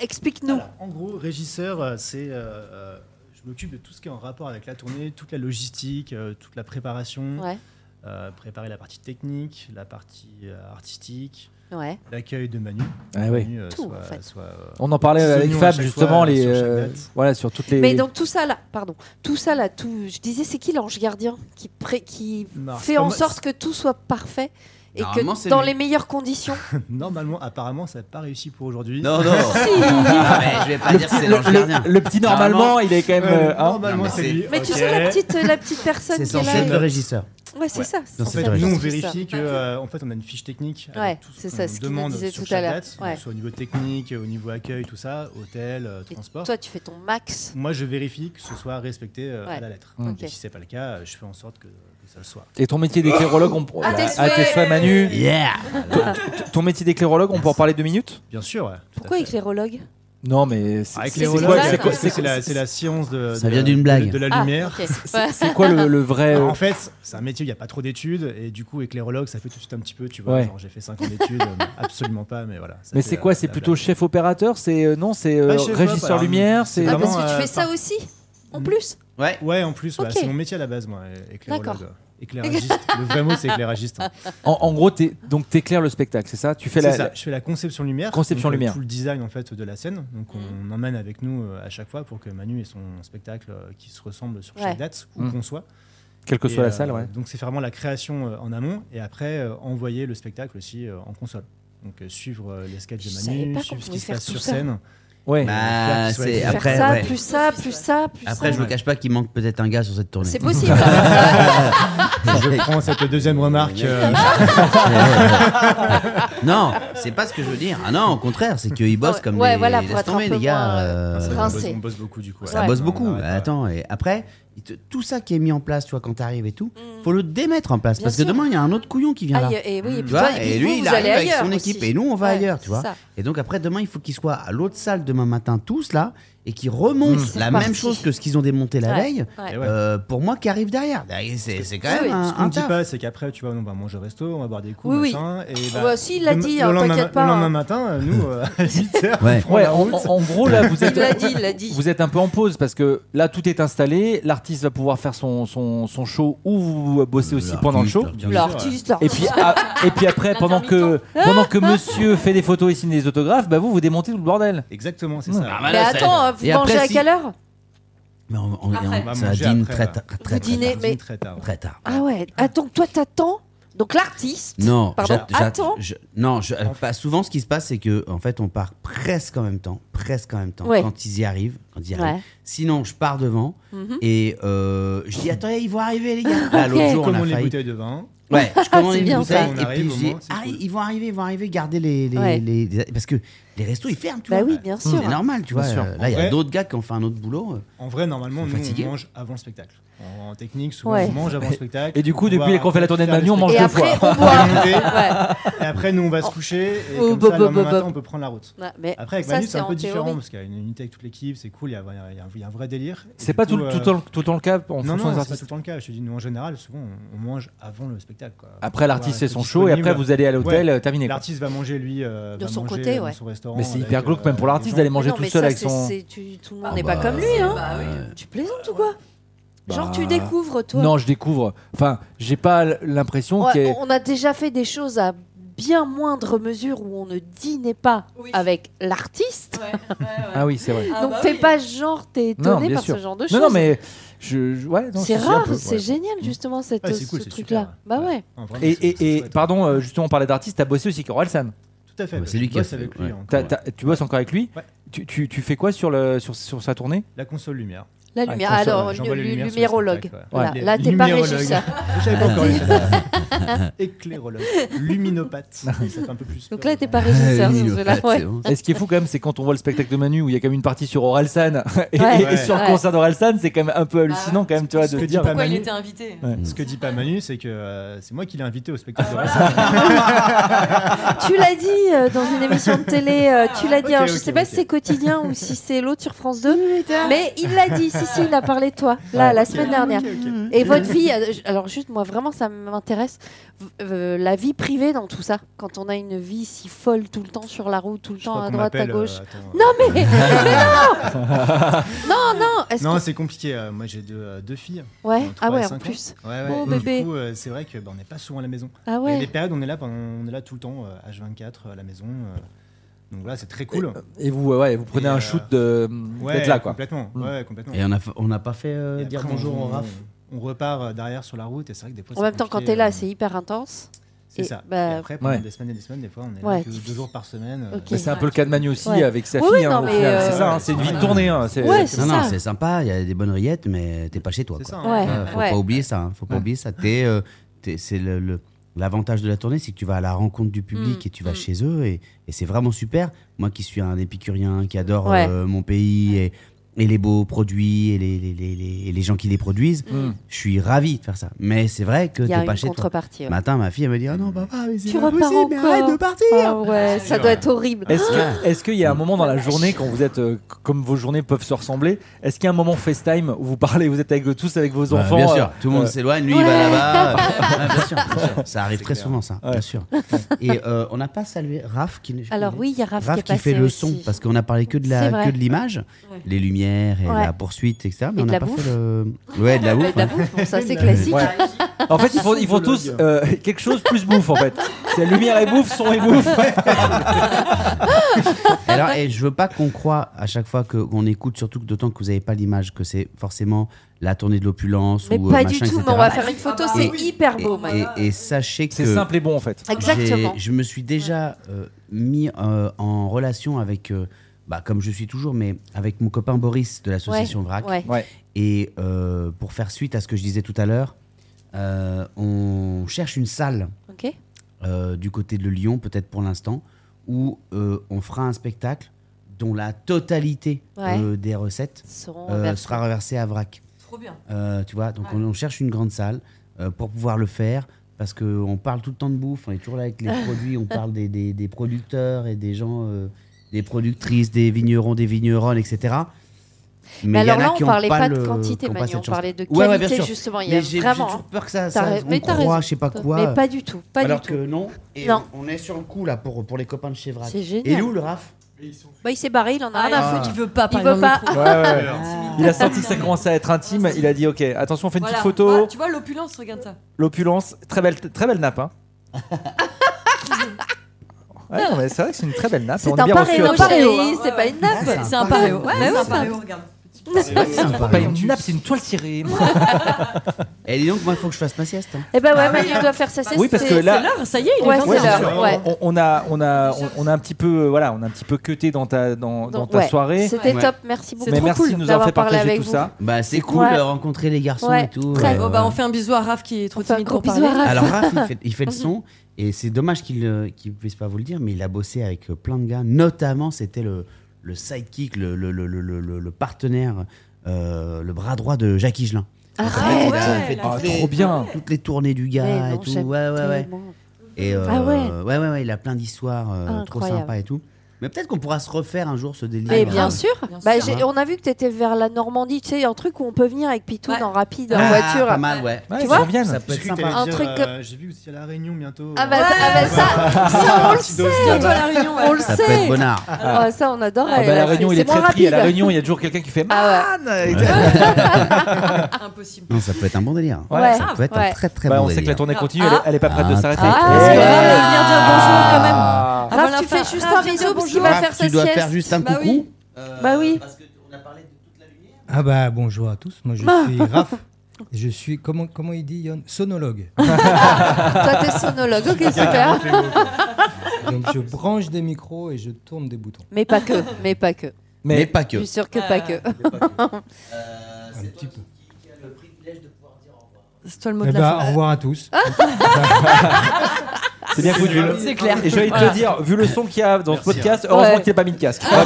D: Explique-nous.
G: Alors, en gros, régisseur, euh, c'est. euh, euh, je m'occupe de tout ce qui est en rapport avec la tournée, toute la logistique, euh, toute la préparation,
D: Ouais,
G: euh, préparer la partie technique, la partie euh, artistique,
D: ouais.
G: l'accueil de Manu.
A: Ah oui.
G: Manu, euh,
D: Tout,
G: soit-
D: en fait.
G: soit, euh,
A: On en parlait
G: Petits
A: avec
G: oignons à
A: Fab
G: chaque
A: justement
G: fois,
A: les
G: sur chaque
A: euh,
G: date.
A: voilà sur toutes les
D: Mais donc tout ça là, pardon, tout ça là, tout. Je disais, c'est qui l'ange gardien qui pré- qui
G: Non,
D: fait
G: c'est
D: en
G: pas moi-
D: sorte que tout soit parfait et
C: Normalement,
D: que
C: c'est
D: dans
C: lui.
D: les meilleures conditions.
G: Normalement, apparemment, ça n'a pas réussi pour aujourd'hui. Euh,
C: Non, non. Ah, mais je vais pas
A: le
C: dire
A: petit,
C: que c'est
A: le-
C: l'ange gardien.
A: le- le petit normalement, il est quand même
G: Euh,
A: euh, hein.
G: normalement,
C: ah. Non, mais
G: c'est
C: c'est-
G: lui.
D: Mais tu
G: Ok.
D: sais la petite euh, la petite personne
C: C'est
D: qui est
C: censé
D: là.
C: être le
D: et-
C: régisseur.
D: Ouais, c'est ça.
C: Non,
G: En
C: c'est
G: fait,
C: vrai.
G: nous, on
D: C'est ça.
G: vérifie que, euh, en fait, on a une fiche technique. avec
D: Ouais,
G: tout
D: c'est
G: qu'on
D: ça, ce qu'il nous
G: demande
D: disait
G: sur
D: tout à
G: chaque
D: l'heure.
G: date,
D: Ouais.
G: soit au niveau technique, au niveau accueil, tout ça, hôtel, euh,
D: Et
G: transport.
D: Toi, tu fais ton max.
G: Moi, je vérifie que ce soit respecté euh,
D: Ouais.
G: à la lettre.
A: Mm.
D: Ok.
G: Et si c'est pas le cas, euh, je fais en sorte que, que ça le soit.
A: hein. Et ton métier d'éclairologue, on...
D: À Ah, tes euh,
A: à tes
D: souhaits.
A: souhaits, Manu.
C: Yeah
A: Ton métier d'éclairologue, on peut en parler deux minutes
G: Bien sûr. ouais, tout
D: Pourquoi
G: à fait.
D: éclairologue
A: Non, mais c'est
G: Ah,
A: c'est-
G: éclairologue,
A: c'est quoi-
D: c'est
A: c'est quoi-
D: pas-
G: c'est c'est la, c'est la science de,
C: Ça
G: de-
C: vient d'une
G: de-
C: blague.
G: de la
D: Ah,
G: lumière.
D: ok.
A: c'est quoi le, le vrai
G: Alors,
A: euh,
G: Ah, en fait, c'est un métier où il n'y a pas trop d'études et du coup, éclairologue, ça fait tout de suite un petit peu, tu vois.
A: Ouais.
G: genre, j'ai fait 5 ans d'études, euh, absolument pas, mais voilà. ça
A: Mais
G: fait,
A: c'est
G: euh,
A: quoi C'est
G: la
A: plutôt
G: blague.
A: chef opérateur C'est euh, non, c'est euh,
G: Pas chef op,
A: régisseur
G: alors,
A: lumière. C'est
G: c'est
D: Ah,
G: vraiment-
D: parce que tu
G: euh,
D: fais ça
G: par-
D: aussi En
G: Mm.
D: plus
C: Ouais.
G: Ouais, en plus, ouais,
D: Ok.
G: c'est mon métier à la base, moi, euh, éclairologue.
D: D'accord.
G: Éclairagiste. le vrai mot, c'est éclairagiste. hein.
A: en, en gros, t'es- donc t'éclaires le spectacle, c'est ça Tu fais
G: C'est
A: la.
G: ça, je fais la conception lumière.
A: Conception
G: donc, euh,
A: lumière. Mm.
G: Tout le design en fait de la scène. Donc on emmène avec nous euh, à chaque fois pour que Manu ait son spectacle euh, qui se ressemble sur
D: Ouais.
G: chaque date où
A: Mm.
G: qu'on soit.
A: quelle que
G: Et,
A: soit la
G: euh,
A: salle, ouais.
G: Donc c'est vraiment la création euh, en amont et après euh, envoyer le spectacle aussi euh, en console. Donc euh, suivre euh, les sketchs
D: Je
G: de
D: savais
G: Manu,
D: pas
G: suivre
D: qu'on
G: ce qui
D: pouvait
G: se
D: faire
G: passe
D: tout
G: sur
D: ça.
G: scène.
A: Ouais.
C: Bah,
G: Faire
C: c'est
G: qu'il soit
C: après.
D: Faire ça,
C: ouais.
D: plus ça, plus ça, plus
C: Après,
D: ça.
C: je Euh, vous cache pas qu'il manque peut-être un gars sur cette tournée.
D: C'est possible.
G: Je prends cette deuxième remarque.
D: Ah,
G: euh,
C: non, c'est pas ce que je veux dire. Ah non, au contraire, c'est qu'ils bossent
D: Ouais,
C: comme
D: ouais,
C: des
D: voilà,
C: laisse
D: pour être un
C: tomber,
D: peu
C: les gars.
D: moins,
C: euh,
D: euh,
G: on bosse-
D: Rincé.
G: On bosse beaucoup du coup.
C: ça
G: ouais. bah,
C: bosse
G: On
C: beaucoup. Euh,
G: arrête pas.
C: Attends, et après, il te- tout ça qui est mis en place, tu vois, quand t'arrives et tout, faut le démettre en place.
D: Mm. Bien
C: parce
D: sûr.
C: que demain, il y a un autre couillon qui vient
D: Ah,
C: là.
D: et- et oui, et
C: Tu
D: puis
C: vois,
D: toi,
C: et
D: puis vous,
C: lui,
D: vous
C: il
D: allez
C: arrive avec
D: ailleurs
C: son
D: aussi.
C: équipe et nous, on va
D: Ouais,
C: ailleurs, tu
D: c'est
C: vois.
D: ça.
C: Et donc après, demain, il faut qu'ils soient à l'autre salle demain matin, tous là, et qu'ils remontent
D: C'est
C: la
D: parti.
C: même chose que ce qu'ils ont démonté la
D: Ouais,
C: veille,
D: ouais.
G: Et ouais.
C: euh, pour moi, qui arrive derrière. Bah, C'est c'est quand
D: Oui,
C: même
D: oui.
C: un,
G: Ce qu'on
C: un
G: ne dit
C: taf.
G: pas, c'est qu'après, tu vois, on va manger au resto, on va boire des coups,
D: Oui, oui.
G: machin. Et bah,
D: Ouais, si, il l'a
G: le-
D: dit,
G: le
D: hein,
G: lendemain-
D: t'inquiète pas,
G: Le lendemain
D: hein.
G: matin, euh, nous, euh, à 8h,
C: Ouais.
G: on prend
A: Ouais,
G: la
A: en,
G: route.
A: en- en gros, là, vous êtes,
D: Il l'a dit, il l'a dit.
A: vous êtes un peu en pause parce que là, tout est installé. L'artiste va pouvoir faire son, son, son show ou vous bossez aussi pendant le show.
G: Bien sûr, ouais.
D: L'artiste,
A: Et puis, à- et puis après, pendant que, pendant
D: Ah,
A: que monsieur fait des photos et signe des autographes, bah vous, vous démontez tout le bordel.
G: Exactement, c'est
A: Mm.
G: ça.
C: Ah,
D: Mais
C: voilà, ça-
D: attends, hein, vous
C: Et après,
D: mangez à
C: si-
D: quelle heure
C: Mais on, on- on-
G: On va
C: ça
G: manger
C: dîne
G: après,
C: très,
G: là.
C: tard- très, très,
D: dînez,
C: tard.
G: On
D: mais-
G: dîne très tard. ouais.
C: Très tard.
D: Ah ouais, attends, toi t'attends Donc l'artiste
C: Non,
D: Pardon,
C: j'a- j'a-
D: attends.
C: je- non, je- euh, pas souvent ce qui se passe, c'est que en fait, on part presque en même temps, presque en même temps,
D: Ouais.
C: quand ils y arrivent, quand ils y arrivent.
D: Ouais.
C: Sinon, je pars devant
D: Mhm.
C: et euh, je dis attendez, ils vont arriver les gars. Là,
D: Ok.
C: l'autre jour, on
G: Comme
C: a
G: on les
C: failli.
G: bouteilles de vin.
C: Ouais, je commande
D: C'est
C: une
D: bien,
C: bouteille
D: ça.
C: et
F: On arrive
C: puis
F: au
C: j'ai-
F: moment, c'est
C: Ah,
F: cool.
C: ils vont arriver, ils vont arriver, garder les, les,
D: Ouais.
C: les- les- parce que les restos ils ferment, tu
D: Bah
C: vois.
D: oui, bien sûr.
C: C'est normal, tu vois.
G: Bien sûr.
C: euh, Là, il y
G: En
C: a
G: vrai-
C: d'autres gars qui ont fait un autre boulot. euh.
G: En vrai, normalement,
C: Ils sont
G: nous,
C: fatigués.
G: on mange avant le spectacle. En, en technique, souvent,
D: Ouais.
G: on mange avant le spectacle.
A: Et du coup,
G: on
A: depuis
G: va
A: qu'on fait la tournée de
G: faire le
A: Mamie, on mange
D: Et
A: deux
D: après,
A: fois.
D: on boit.
G: Arrêtez.
D: Ouais.
G: spectacle. Et après, nous, on va se coucher. Et
D: Oh,
G: comme
D: bah,
G: ça, le
D: bah,
G: lendemain
D: bah,
G: matin,
D: bah.
G: on peut prendre la route.
D: Ouais, mais
G: Après, avec
D: ça,
G: Manu, c'est un
D: en
G: peu différent
D: théorie.
G: parce qu'il y a une unité avec toute l'équipe, c'est cool, il y a, il y a- il y a un- il y a un vrai délire. Et
A: C'est
G: du
A: pas
G: coup,
A: tout, tout,
G: euh,
A: le temps, tout le temps le cas en
G: Non,
A: fonction
G: non,
A: des
G: c'est pas tout
A: artistes.
G: le temps le cas. Je te dis, nous, en général, souvent, on, on mange avant le spectacle. quoi.
A: Après, l'artiste
G: Ouais,
A: fait
G: c'est
A: son show et après,
G: disponible.
A: vous allez à l'hôtel,
G: Ouais.
A: euh, terminé. quoi.
G: L'artiste va manger, lui, euh,
D: De
G: va
D: son
G: manger
D: côté,
G: dans
D: ouais.
G: son restaurant.
A: Mais c'est
G: avec,
A: hyper glauque, même pour
G: euh, les
A: l'artiste,
G: gens.
A: d'aller manger
D: Non,
A: tout
D: mais
A: seul
D: ça,
A: avec
D: c'est-
A: son.
D: c'est- tu- tout le monde
C: Ah,
D: n'est
C: bah,
D: pas comme lui, hein.
C: Euh,
D: Tu plaisantes ou quoi Genre,
A: Bah.
D: tu découvres, toi.
A: Non, je découvre. Enfin, j'ai pas l- l'impression
D: Ouais,
A: qu'il y ait-
D: On a déjà fait des choses à bien moindre mesure où on ne dînait pas
E: Oui.
D: avec l'artiste.
A: Ah oui, c'est vrai.
D: Donc fais pas genre t'es
A: Non,
D: étonné
A: bien
D: par
A: sûr.
D: ce genre de choses.
A: Non, non, mais. Je, je- ouais, non,
D: c'est
A: si, si, un
D: rare,
A: peu,
D: c'est
A: ouais.
D: génial justement cette,
G: Ouais, Ah, c'est cool,
D: ce
G: c'est
D: truc-là.
G: super.
D: Bah ouais.
G: Non, vraiment,
A: Et,
G: c'est- c'est
A: et- et,
G: chouette.
A: pardon, euh, justement, on parlait d'artiste, t'as bossé aussi avec Orelsan.
G: Tout à fait.
C: Bah,
G: parce
C: c'est
G: que
C: lui
G: je
C: qui a
G: bosse
C: fait-
G: avec
C: ouais.
G: lui. hein, encore,
A: T'as-
G: ouais.
A: t'as- tu bosses encore avec lui
G: Ouais.
A: tu, tu- tu fais quoi sur, le, sur, sur sa tournée
G: La console lumière.
D: La
A: Ah,
D: lumière.
A: console,
D: Alors,
G: ouais,
D: le,
G: j'envoie les
D: le
G: lumières sur le
D: numérologue.
G: spectacle, ouais.
D: Voilà.
G: Ouais.
D: Là, t'es pas
G: Numérologue.
D: régisseur.
G: J'avais pas encore eu
C: Ah.
G: cette- Éclairologue. Luminopathe. Ça fait un peu plus.
D: Donc
G: peur,
D: là, t'es pas
G: je
D: régisseur.
C: oui,
D: sur
C: le
D: cela,
C: fait,
D: ouais.
C: c'est bon.
A: Et ce qui est fou quand même, c'est quand on voit le spectacle de Manu où il y a quand même une partie sur Orelsan et,
D: Ouais.
A: et- et sur le
D: Ouais. Ah.
A: concert d'Orelsan, c'est quand même un peu hallucinant quand même, tu vois,
G: Ce
A: de
G: que dit
A: dire.
G: pas
E: Pourquoi il
G: Manu.
E: était invité
A: Ouais.
G: pense. Ce que dit pas Manu, c'est que euh, c'est moi qui l'ai invité au spectacle. de
D: Tu l'as dit euh, dans une émission de télé. euh, tu l'as dit.
G: Ok,
D: alors, je
G: ok,
D: sais pas
G: ok.
D: si c'est quotidien ou si c'est l'autre sur France 2. mais il l'a dit. Si, si, il a parlé de toi. Là, la semaine dernière.
G: Orelsan.
D: Et votre vie, euh, j- alors juste moi vraiment ça m'intéresse, v- euh, la vie privée dans tout ça, quand on a une vie si folle tout le temps sur la route, tout le
G: Je
D: temps à
G: crois qu'on
D: droite, à
G: m'appelle, euh,
D: gauche.
G: attends,
D: Non mais, mais non Non, non, est-ce
G: Non,
D: que...
G: c'est compliqué. euh, Moi, j'ai deux, euh, deux filles.
D: Ouais,
G: qui ont
D: ah
G: trois et
D: ouais, en
G: cinq ans.
D: plus.
G: Ouais, ouais.
D: Oh,
G: Et
D: bébé.
G: Du coup, euh, c'est vrai que bah, on n'est pas souvent à la maison.
D: Ah
G: Il y a des
D: ouais.
G: périodes, on est là, pendant, on est là tout le temps, euh, H24 à la maison. euh, donc là, c'est très cool.
A: Et vous, euh, ouais, vous prenez
G: Et,
A: un
G: euh,
A: shoot de, d'être là, quoi.
G: complètement.
A: Mm.
G: Ouais, complètement.
C: Et on a, fa- on n'a pas fait euh,
G: Et
C: dire
G: après,
C: bonjour
G: on-
C: au Raph.
G: On repart euh, derrière sur la route et c'est vrai que des fois.
D: En
G: c'est
D: même temps, quand
G: compliqué,
D: t'es là,
G: euh,
D: c'est hyper intense.
G: C'est
D: et
G: ça.
D: bah-
G: Et après, pendant
A: Ouais.
G: des semaines et des semaines, des fois, on est
D: Ouais.
G: là que deux jours par semaine. euh,
D: Ok.
A: Mais c'est un peu le cas de Manu aussi
D: Ouais.
A: avec sa
D: Oui,
A: fille,
D: oui,
A: hein,
D: non,
A: au
D: mais,
A: final.
D: euh,
A: c'est ça, hein, c'est une vie de tournée. hein, c'est-
D: Ouais, c'est
C: Non,
D: ça.
C: non, c'est sympa, il y a des bonnes rillettes, mais t'es pas chez toi.
G: C'est
C: quoi.
G: ça.
D: Ah, Ouais.
C: Euh, faut pas oublier ça. hein, Faut pas
A: Ouais.
C: oublier ça. T'es, euh, t'es- c'est le, le- l'avantage de la tournée, c'est que tu vas à la rencontre du public
E: Mm,
C: et tu vas
E: mm.
C: chez eux et, et c'est vraiment super. Moi qui suis un épicurien, qui adore
D: Ouais.
C: euh, mon pays et, et les beaux produits et les, les, les- les- et les gens qui les produisent,
A: Mm.
C: je suis ravi de faire ça. Mais c'est vrai que
D: Il y a
C: t'es pas
D: une
C: chez toi.
D: contrepartie. ouais.
C: Matin, ma fille elle me dit Ah non papa, mais c'est
D: Tu
C: pas
D: repars
C: possible, mais
D: encore.
C: arrête de partir.
G: Bah,
D: Ah ouais, ça doit être horrible.
A: Est-ce
D: Ah.
A: que- est-ce qu'il y a un moment dans la journée, quand vous êtes, euh, c- comme vos journées peuvent se ressembler, est-ce qu'il y a un moment FaceTime où vous parlez, vous êtes avec vous tous avec vos
C: Bah,
A: enfants
C: bien
A: euh,
C: sûr, tout le monde
A: euh,
C: s'éloigne, lui il va là-bas. Ouais, bien sûr, bien sûr. Ça arrive très
G: clair.
C: souvent, ça, bien
A: Ouais.
C: sûr. Et euh, on n'a pas salué Raph qui ne-
D: Alors oui, il y a Raph,
C: Raph
D: qui, est
C: qui fait
D: passé
C: le
D: aussi.
C: son parce qu'on a parlé que de
D: C'est
C: la
D: vrai.
C: que de l'image,
E: Ouais.
C: les lumières et
D: Ouais.
C: la poursuite etc. Mais
D: Et
C: on
D: de
C: n'a
D: la
C: pas
D: bouffe.
C: fait le ouais de la bouffe.
D: De la
C: hein.
D: bouffe, bon, ça c'est classique.
A: Ouais. En fait, ils font, ils font tous euh, quelque chose plus bouffe en fait. C'est lumière et bouffe, son et bouffe.
C: Alors et je veux pas qu'on croit à chaque fois que qu'on écoute surtout que d'autant que vous n'avez pas l'image que c'est forcément la tournée de l'opulence
D: Mais
C: ou euh,
D: pas du
C: machin
D: tout,
C: etc.
D: mais on va faire une photo,
E: Ah bah
D: c'est
E: oui.
D: hyper beau.
C: et,
D: Manu.
C: et- et sachez que
A: C'est simple et bon en fait.
D: Exactement.
C: J'ai- Je me suis déjà euh, mis euh, en relation avec, euh, bah, comme je suis toujours, mais avec mon copain Boris de l'association VRAC.
D: Ouais.
A: Ouais.
C: Et euh, pour faire suite à ce que je disais tout à l'heure, euh, on cherche une salle
D: Ok.
C: euh, du côté de Lyon, peut-être pour l'instant, où euh, on fera un spectacle dont la totalité
D: Ouais.
C: euh, des recettes
D: Seront
C: euh,
D: vers-
C: sera reversée à VRAC.
E: Trop bien.
C: Euh, tu vois, donc
E: Ouais.
C: on, on cherche une grande salle euh, pour pouvoir le faire parce qu'on parle tout le temps de bouffe, on est toujours là avec les produits, on parle des, des- des producteurs et des gens, euh, des productrices, des vignerons, des vigneronnes, etc.
D: Mais
C: il y en
D: alors
C: a
D: là,
C: qui
D: on
C: ont
D: parlait pas de
C: le- qui
D: quantité,
C: ont pas
D: Manu,
C: cette
D: on
C: chance.
D: parlait de
C: Ouais, ouais, bien
D: qualité,
C: sûr.
D: justement. Il y a
C: Mais j'ai j'ai
D: vraiment.
C: toujours peur que ça,
D: T'as
C: ça
D: ra-
C: on
D: mais t'as
C: croit,
D: raison.
C: je sais pas quoi.
D: Mais pas du tout, pas
C: alors
D: du
C: que
D: tout.
C: non, et
D: Non.
C: on est sur le coup là pour, pour les copains de chez Vrac.
D: C'est
C: Et
D: génial.
C: où le Raph
D: Bah, il s'est barré, il en a rien à
C: Ah.
D: foutre.
E: il veut pas
D: Il
E: parler dans
D: veut
E: le
D: pas.
E: micro.
A: Il a senti que ça commençait à être intime. Il a dit Ok, attention, on fait une
E: Voilà.
A: petite photo.
E: Ouais, tu vois l'opulence, regarde ça.
A: L'opulence, très belle, très belle nappe. Hein. Ouais, non, mais c'est vrai que c'est une très belle nappe.
D: C'est
A: on
D: un
A: est bien reçu
D: paréo,
A: à
D: un
A: toi.
D: paréo,
E: Ouais,
D: c'est pas
E: ouais.
D: une nappe.
C: un
E: C'est un paréo.
D: Ouais,
E: Ouais, c'est
D: ouais,
E: un
D: ça.
E: paréo, regarde.
C: sympa.
A: Pas une nappe, c'est une toile cirée.
C: Et Eh, dis donc, moi, il faut que je fasse ma sieste. hein.
D: Eh ben ouais, Manu doit faire sa sieste.
A: Oui, parce
D: c'est-
A: que là-
E: C'est l'heure, ça y est, il est
D: Ouais,
E: 20.
D: c'est
A: bien
D: l'heure,
A: sûr.
D: ouais.
A: On, on a, on a, on, on a un petit peu, euh, voilà, on a un petit peu cuté dans ta, dans, dans
D: Donc,
A: ta
D: ouais,
A: soirée.
D: C'était
C: Ouais.
D: top, merci beaucoup.
A: Mais merci
D: cool
A: de nous avoir
D: d'avoir
A: fait
D: parlé
A: partager
D: avec
A: tout
D: vous.
A: ça.
C: Bah, c'est cool
D: Ouais.
C: de rencontrer les garçons
D: Ouais,
C: et tout.
D: très.
C: ouais,
E: Bon, bah,
C: ouais.
E: on fait un bisou à Raph qui est trop
D: On fait un
E: timide
D: gros
E: pour
D: bisou
E: parler.
D: à Raph.
C: Alors Raph, il fait, il fait le son et c'est dommage qu'il ne puisse pas vous le dire, mais il a bossé avec euh, plein de gars. Notamment, c'était le, le sidekick, le, le, le, le, le- le- le partenaire, euh, le bras droit de Jacques Higelin.
D: Arrête
C: il a
E: ouais,
C: fait
E: la
A: Ah,
C: toutes les-
A: trop bien.
C: toutes les tournées du gars
D: Ouais,
C: et
D: non,
C: tout.
D: j'aime
C: Ouais, ouais, ouais.
D: tellement.
C: Et euh,
D: Ah ouais.
C: ouais, ouais, ouais, il a plein d'histoires euh,
D: Incroyable.
C: trop sympas et tout. Mais peut-être qu'on pourra se refaire un jour ce délire.
D: Mais
C: euh,
D: bien sûr.
E: Bien
D: Bah,
E: sûr.
D: j'ai- on a vu que tu étais vers la Normandie, tu sais, un truc où on peut venir avec Pitoun
E: Ouais.
D: en rapide, en
C: Ah,
D: voiture.
C: Pas mal, ouais.
A: Ouais,
D: Tu
A: ils
D: vois,
A: reviennent.
C: Ça peut
G: J'ai
C: être
G: cru que
C: sympa.
G: t'allais
D: Un
G: dire,
D: truc
G: euh, J'ai vu aussi à la Réunion bientôt.
D: Ah bah,
G: euh,
D: ça- ah bah, ça, ça, on le
G: Petite dose.
D: sait.
E: Bientôt à la réunion. ouais.
D: On le
C: Ça peut être
D: sait.
C: bonnard.
D: Ah, ça, on adore.
A: Ah bah, à la réunion, il est
D: c'est moins
A: très pris. À la
D: rapide.
A: réunion, il y a toujours quelqu'un qui fait.
D: Ah
E: Impossible.
C: Non, ça peut être un bon délire.
A: Ouais,
D: Ouais.
C: Ça peut être
D: Ouais.
C: un très très
A: Bah,
C: bon
A: on sait
C: délire.
A: que la tournée
E: Ah.
A: continue, elle est- elle est pas prête de
C: Ah,
A: s'arrêter.
D: Ah,
E: Est-ce
D: ouais.
E: qu'on va venir dire bonjour quand même
A: Ah.
D: Raph,
E: Avant
D: tu
E: la
D: fais
E: fin.
D: juste
E: Raph,
D: un
E: viens
D: bisou
E: dire
D: parce qu'il
E: bonjour.
D: va
C: Raph,
D: faire sa
C: tu dois
D: sieste.
C: faire juste un
E: Bah
C: coucou.
E: oui.
D: Bah oui.
C: Parce qu'on a parlé de toute la lumière.
H: Ah bah bonjour à tous, moi je
E: Ah.
H: suis Raph. Je suis, comment, comment il dit Yann Sonologue.
D: Toi, t'es sonologue, ok, super.
H: Donc je branche des micros et je tourne des boutons.
D: Mais pas que, mais pas que.
C: Mais,
A: Mais
C: pas
D: Je
C: que.
D: suis sûre que pas que.
H: Un petit peu.
E: C'est toi le mot
H: Eh
E: de la
F: ben,
H: bah,
E: fin. Ah.
H: au revoir à tous.
A: c'est bien foutu.
E: C'est clair.
A: Et je vais
E: Voilà.
A: te dire, vu le son qu'il y a dans ce
G: Merci, hein.
A: podcast, heureusement
D: Ouais.
A: que t'es pas mis de casque.
C: ça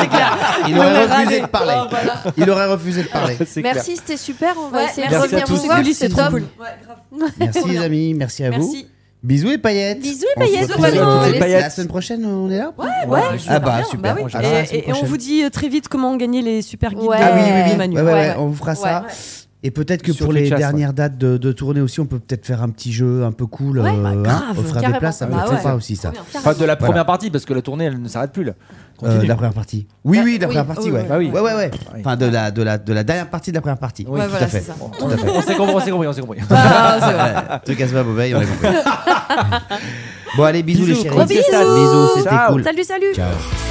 C: c'est clair. Il aurait refusé de parler.
H: Ah,
E: Oh, voilà.
C: Il aurait refusé de parler.
A: C'est clair.
D: Merci, c'était super. On va
E: Ouais,
D: essayer de
A: merci à
D: revenir
A: tous.
D: vous voir.
E: Cool,
D: C'est
E: trop
D: top.
E: cool. Ouais, grave.
C: Merci les
E: bien.
C: amis, merci à vous.
E: Merci.
C: Bisous et paillettes.
D: Bisous,
C: On se
D: Paillettes,
C: retrouve
D: on va
C: la-
D: nous
A: laisser.
C: La semaine prochaine, on est là
A: Ouais,
C: Ah bah
E: Bien,
C: super.
E: oui.
C: On verra la
E: Et,
C: semaine
E: et on
C: prochaine.
E: vous dit euh, très vite comment gagner les super guides
D: Ouais.
E: de,
D: Ah oui, oui, oui.
E: de Manu.
C: Ouais, ouais,
D: Ouais,
C: ouais,
D: ouais.
C: on vous fera ça.
D: Ouais.
C: Et peut-être que
A: Sur
C: pour
A: les
C: les
A: chasses,
C: dernières dates de, de tournée aussi, on peut peut-être faire un petit jeu un peu cool.
D: Ouais,
C: euh,
D: bah,
C: hein,
E: grave,
C: offrir des
D: carrément.
C: places, ça peut
D: Bah
C: être
D: ouais.
C: sympa aussi ça.
E: Trop bien.
A: Enfin, de la
C: Voilà.
A: première partie, parce que la tournée, elle ne s'arrête plus. là.
C: Euh,
A: Continue.
C: la première partie. Oui, oui, la
D: oui.
C: première partie,
E: Oui,
C: ouais.
E: oui.
A: Bah oui.
C: Ouais, ouais, ouais.
A: Oui.
C: Enfin, de la, de, la, de la dernière partie de la première partie.
A: Oui,
E: Ouais,
C: tout
E: voilà,
C: à fait.
E: c'est ça.
C: Tout à fait.
A: On s'est compris, on s'est compris, on s'est compris.
E: Ah, c'est vrai.
C: Ouais, te casse pas, Bobeil, on l'a compris. bon, allez, bisous,
A: Bisous,
C: les chéris.
A: gros bisous.
C: Bisous, c'était
A: Ciao.
C: cool.
E: Salut, salut.
C: Ciao.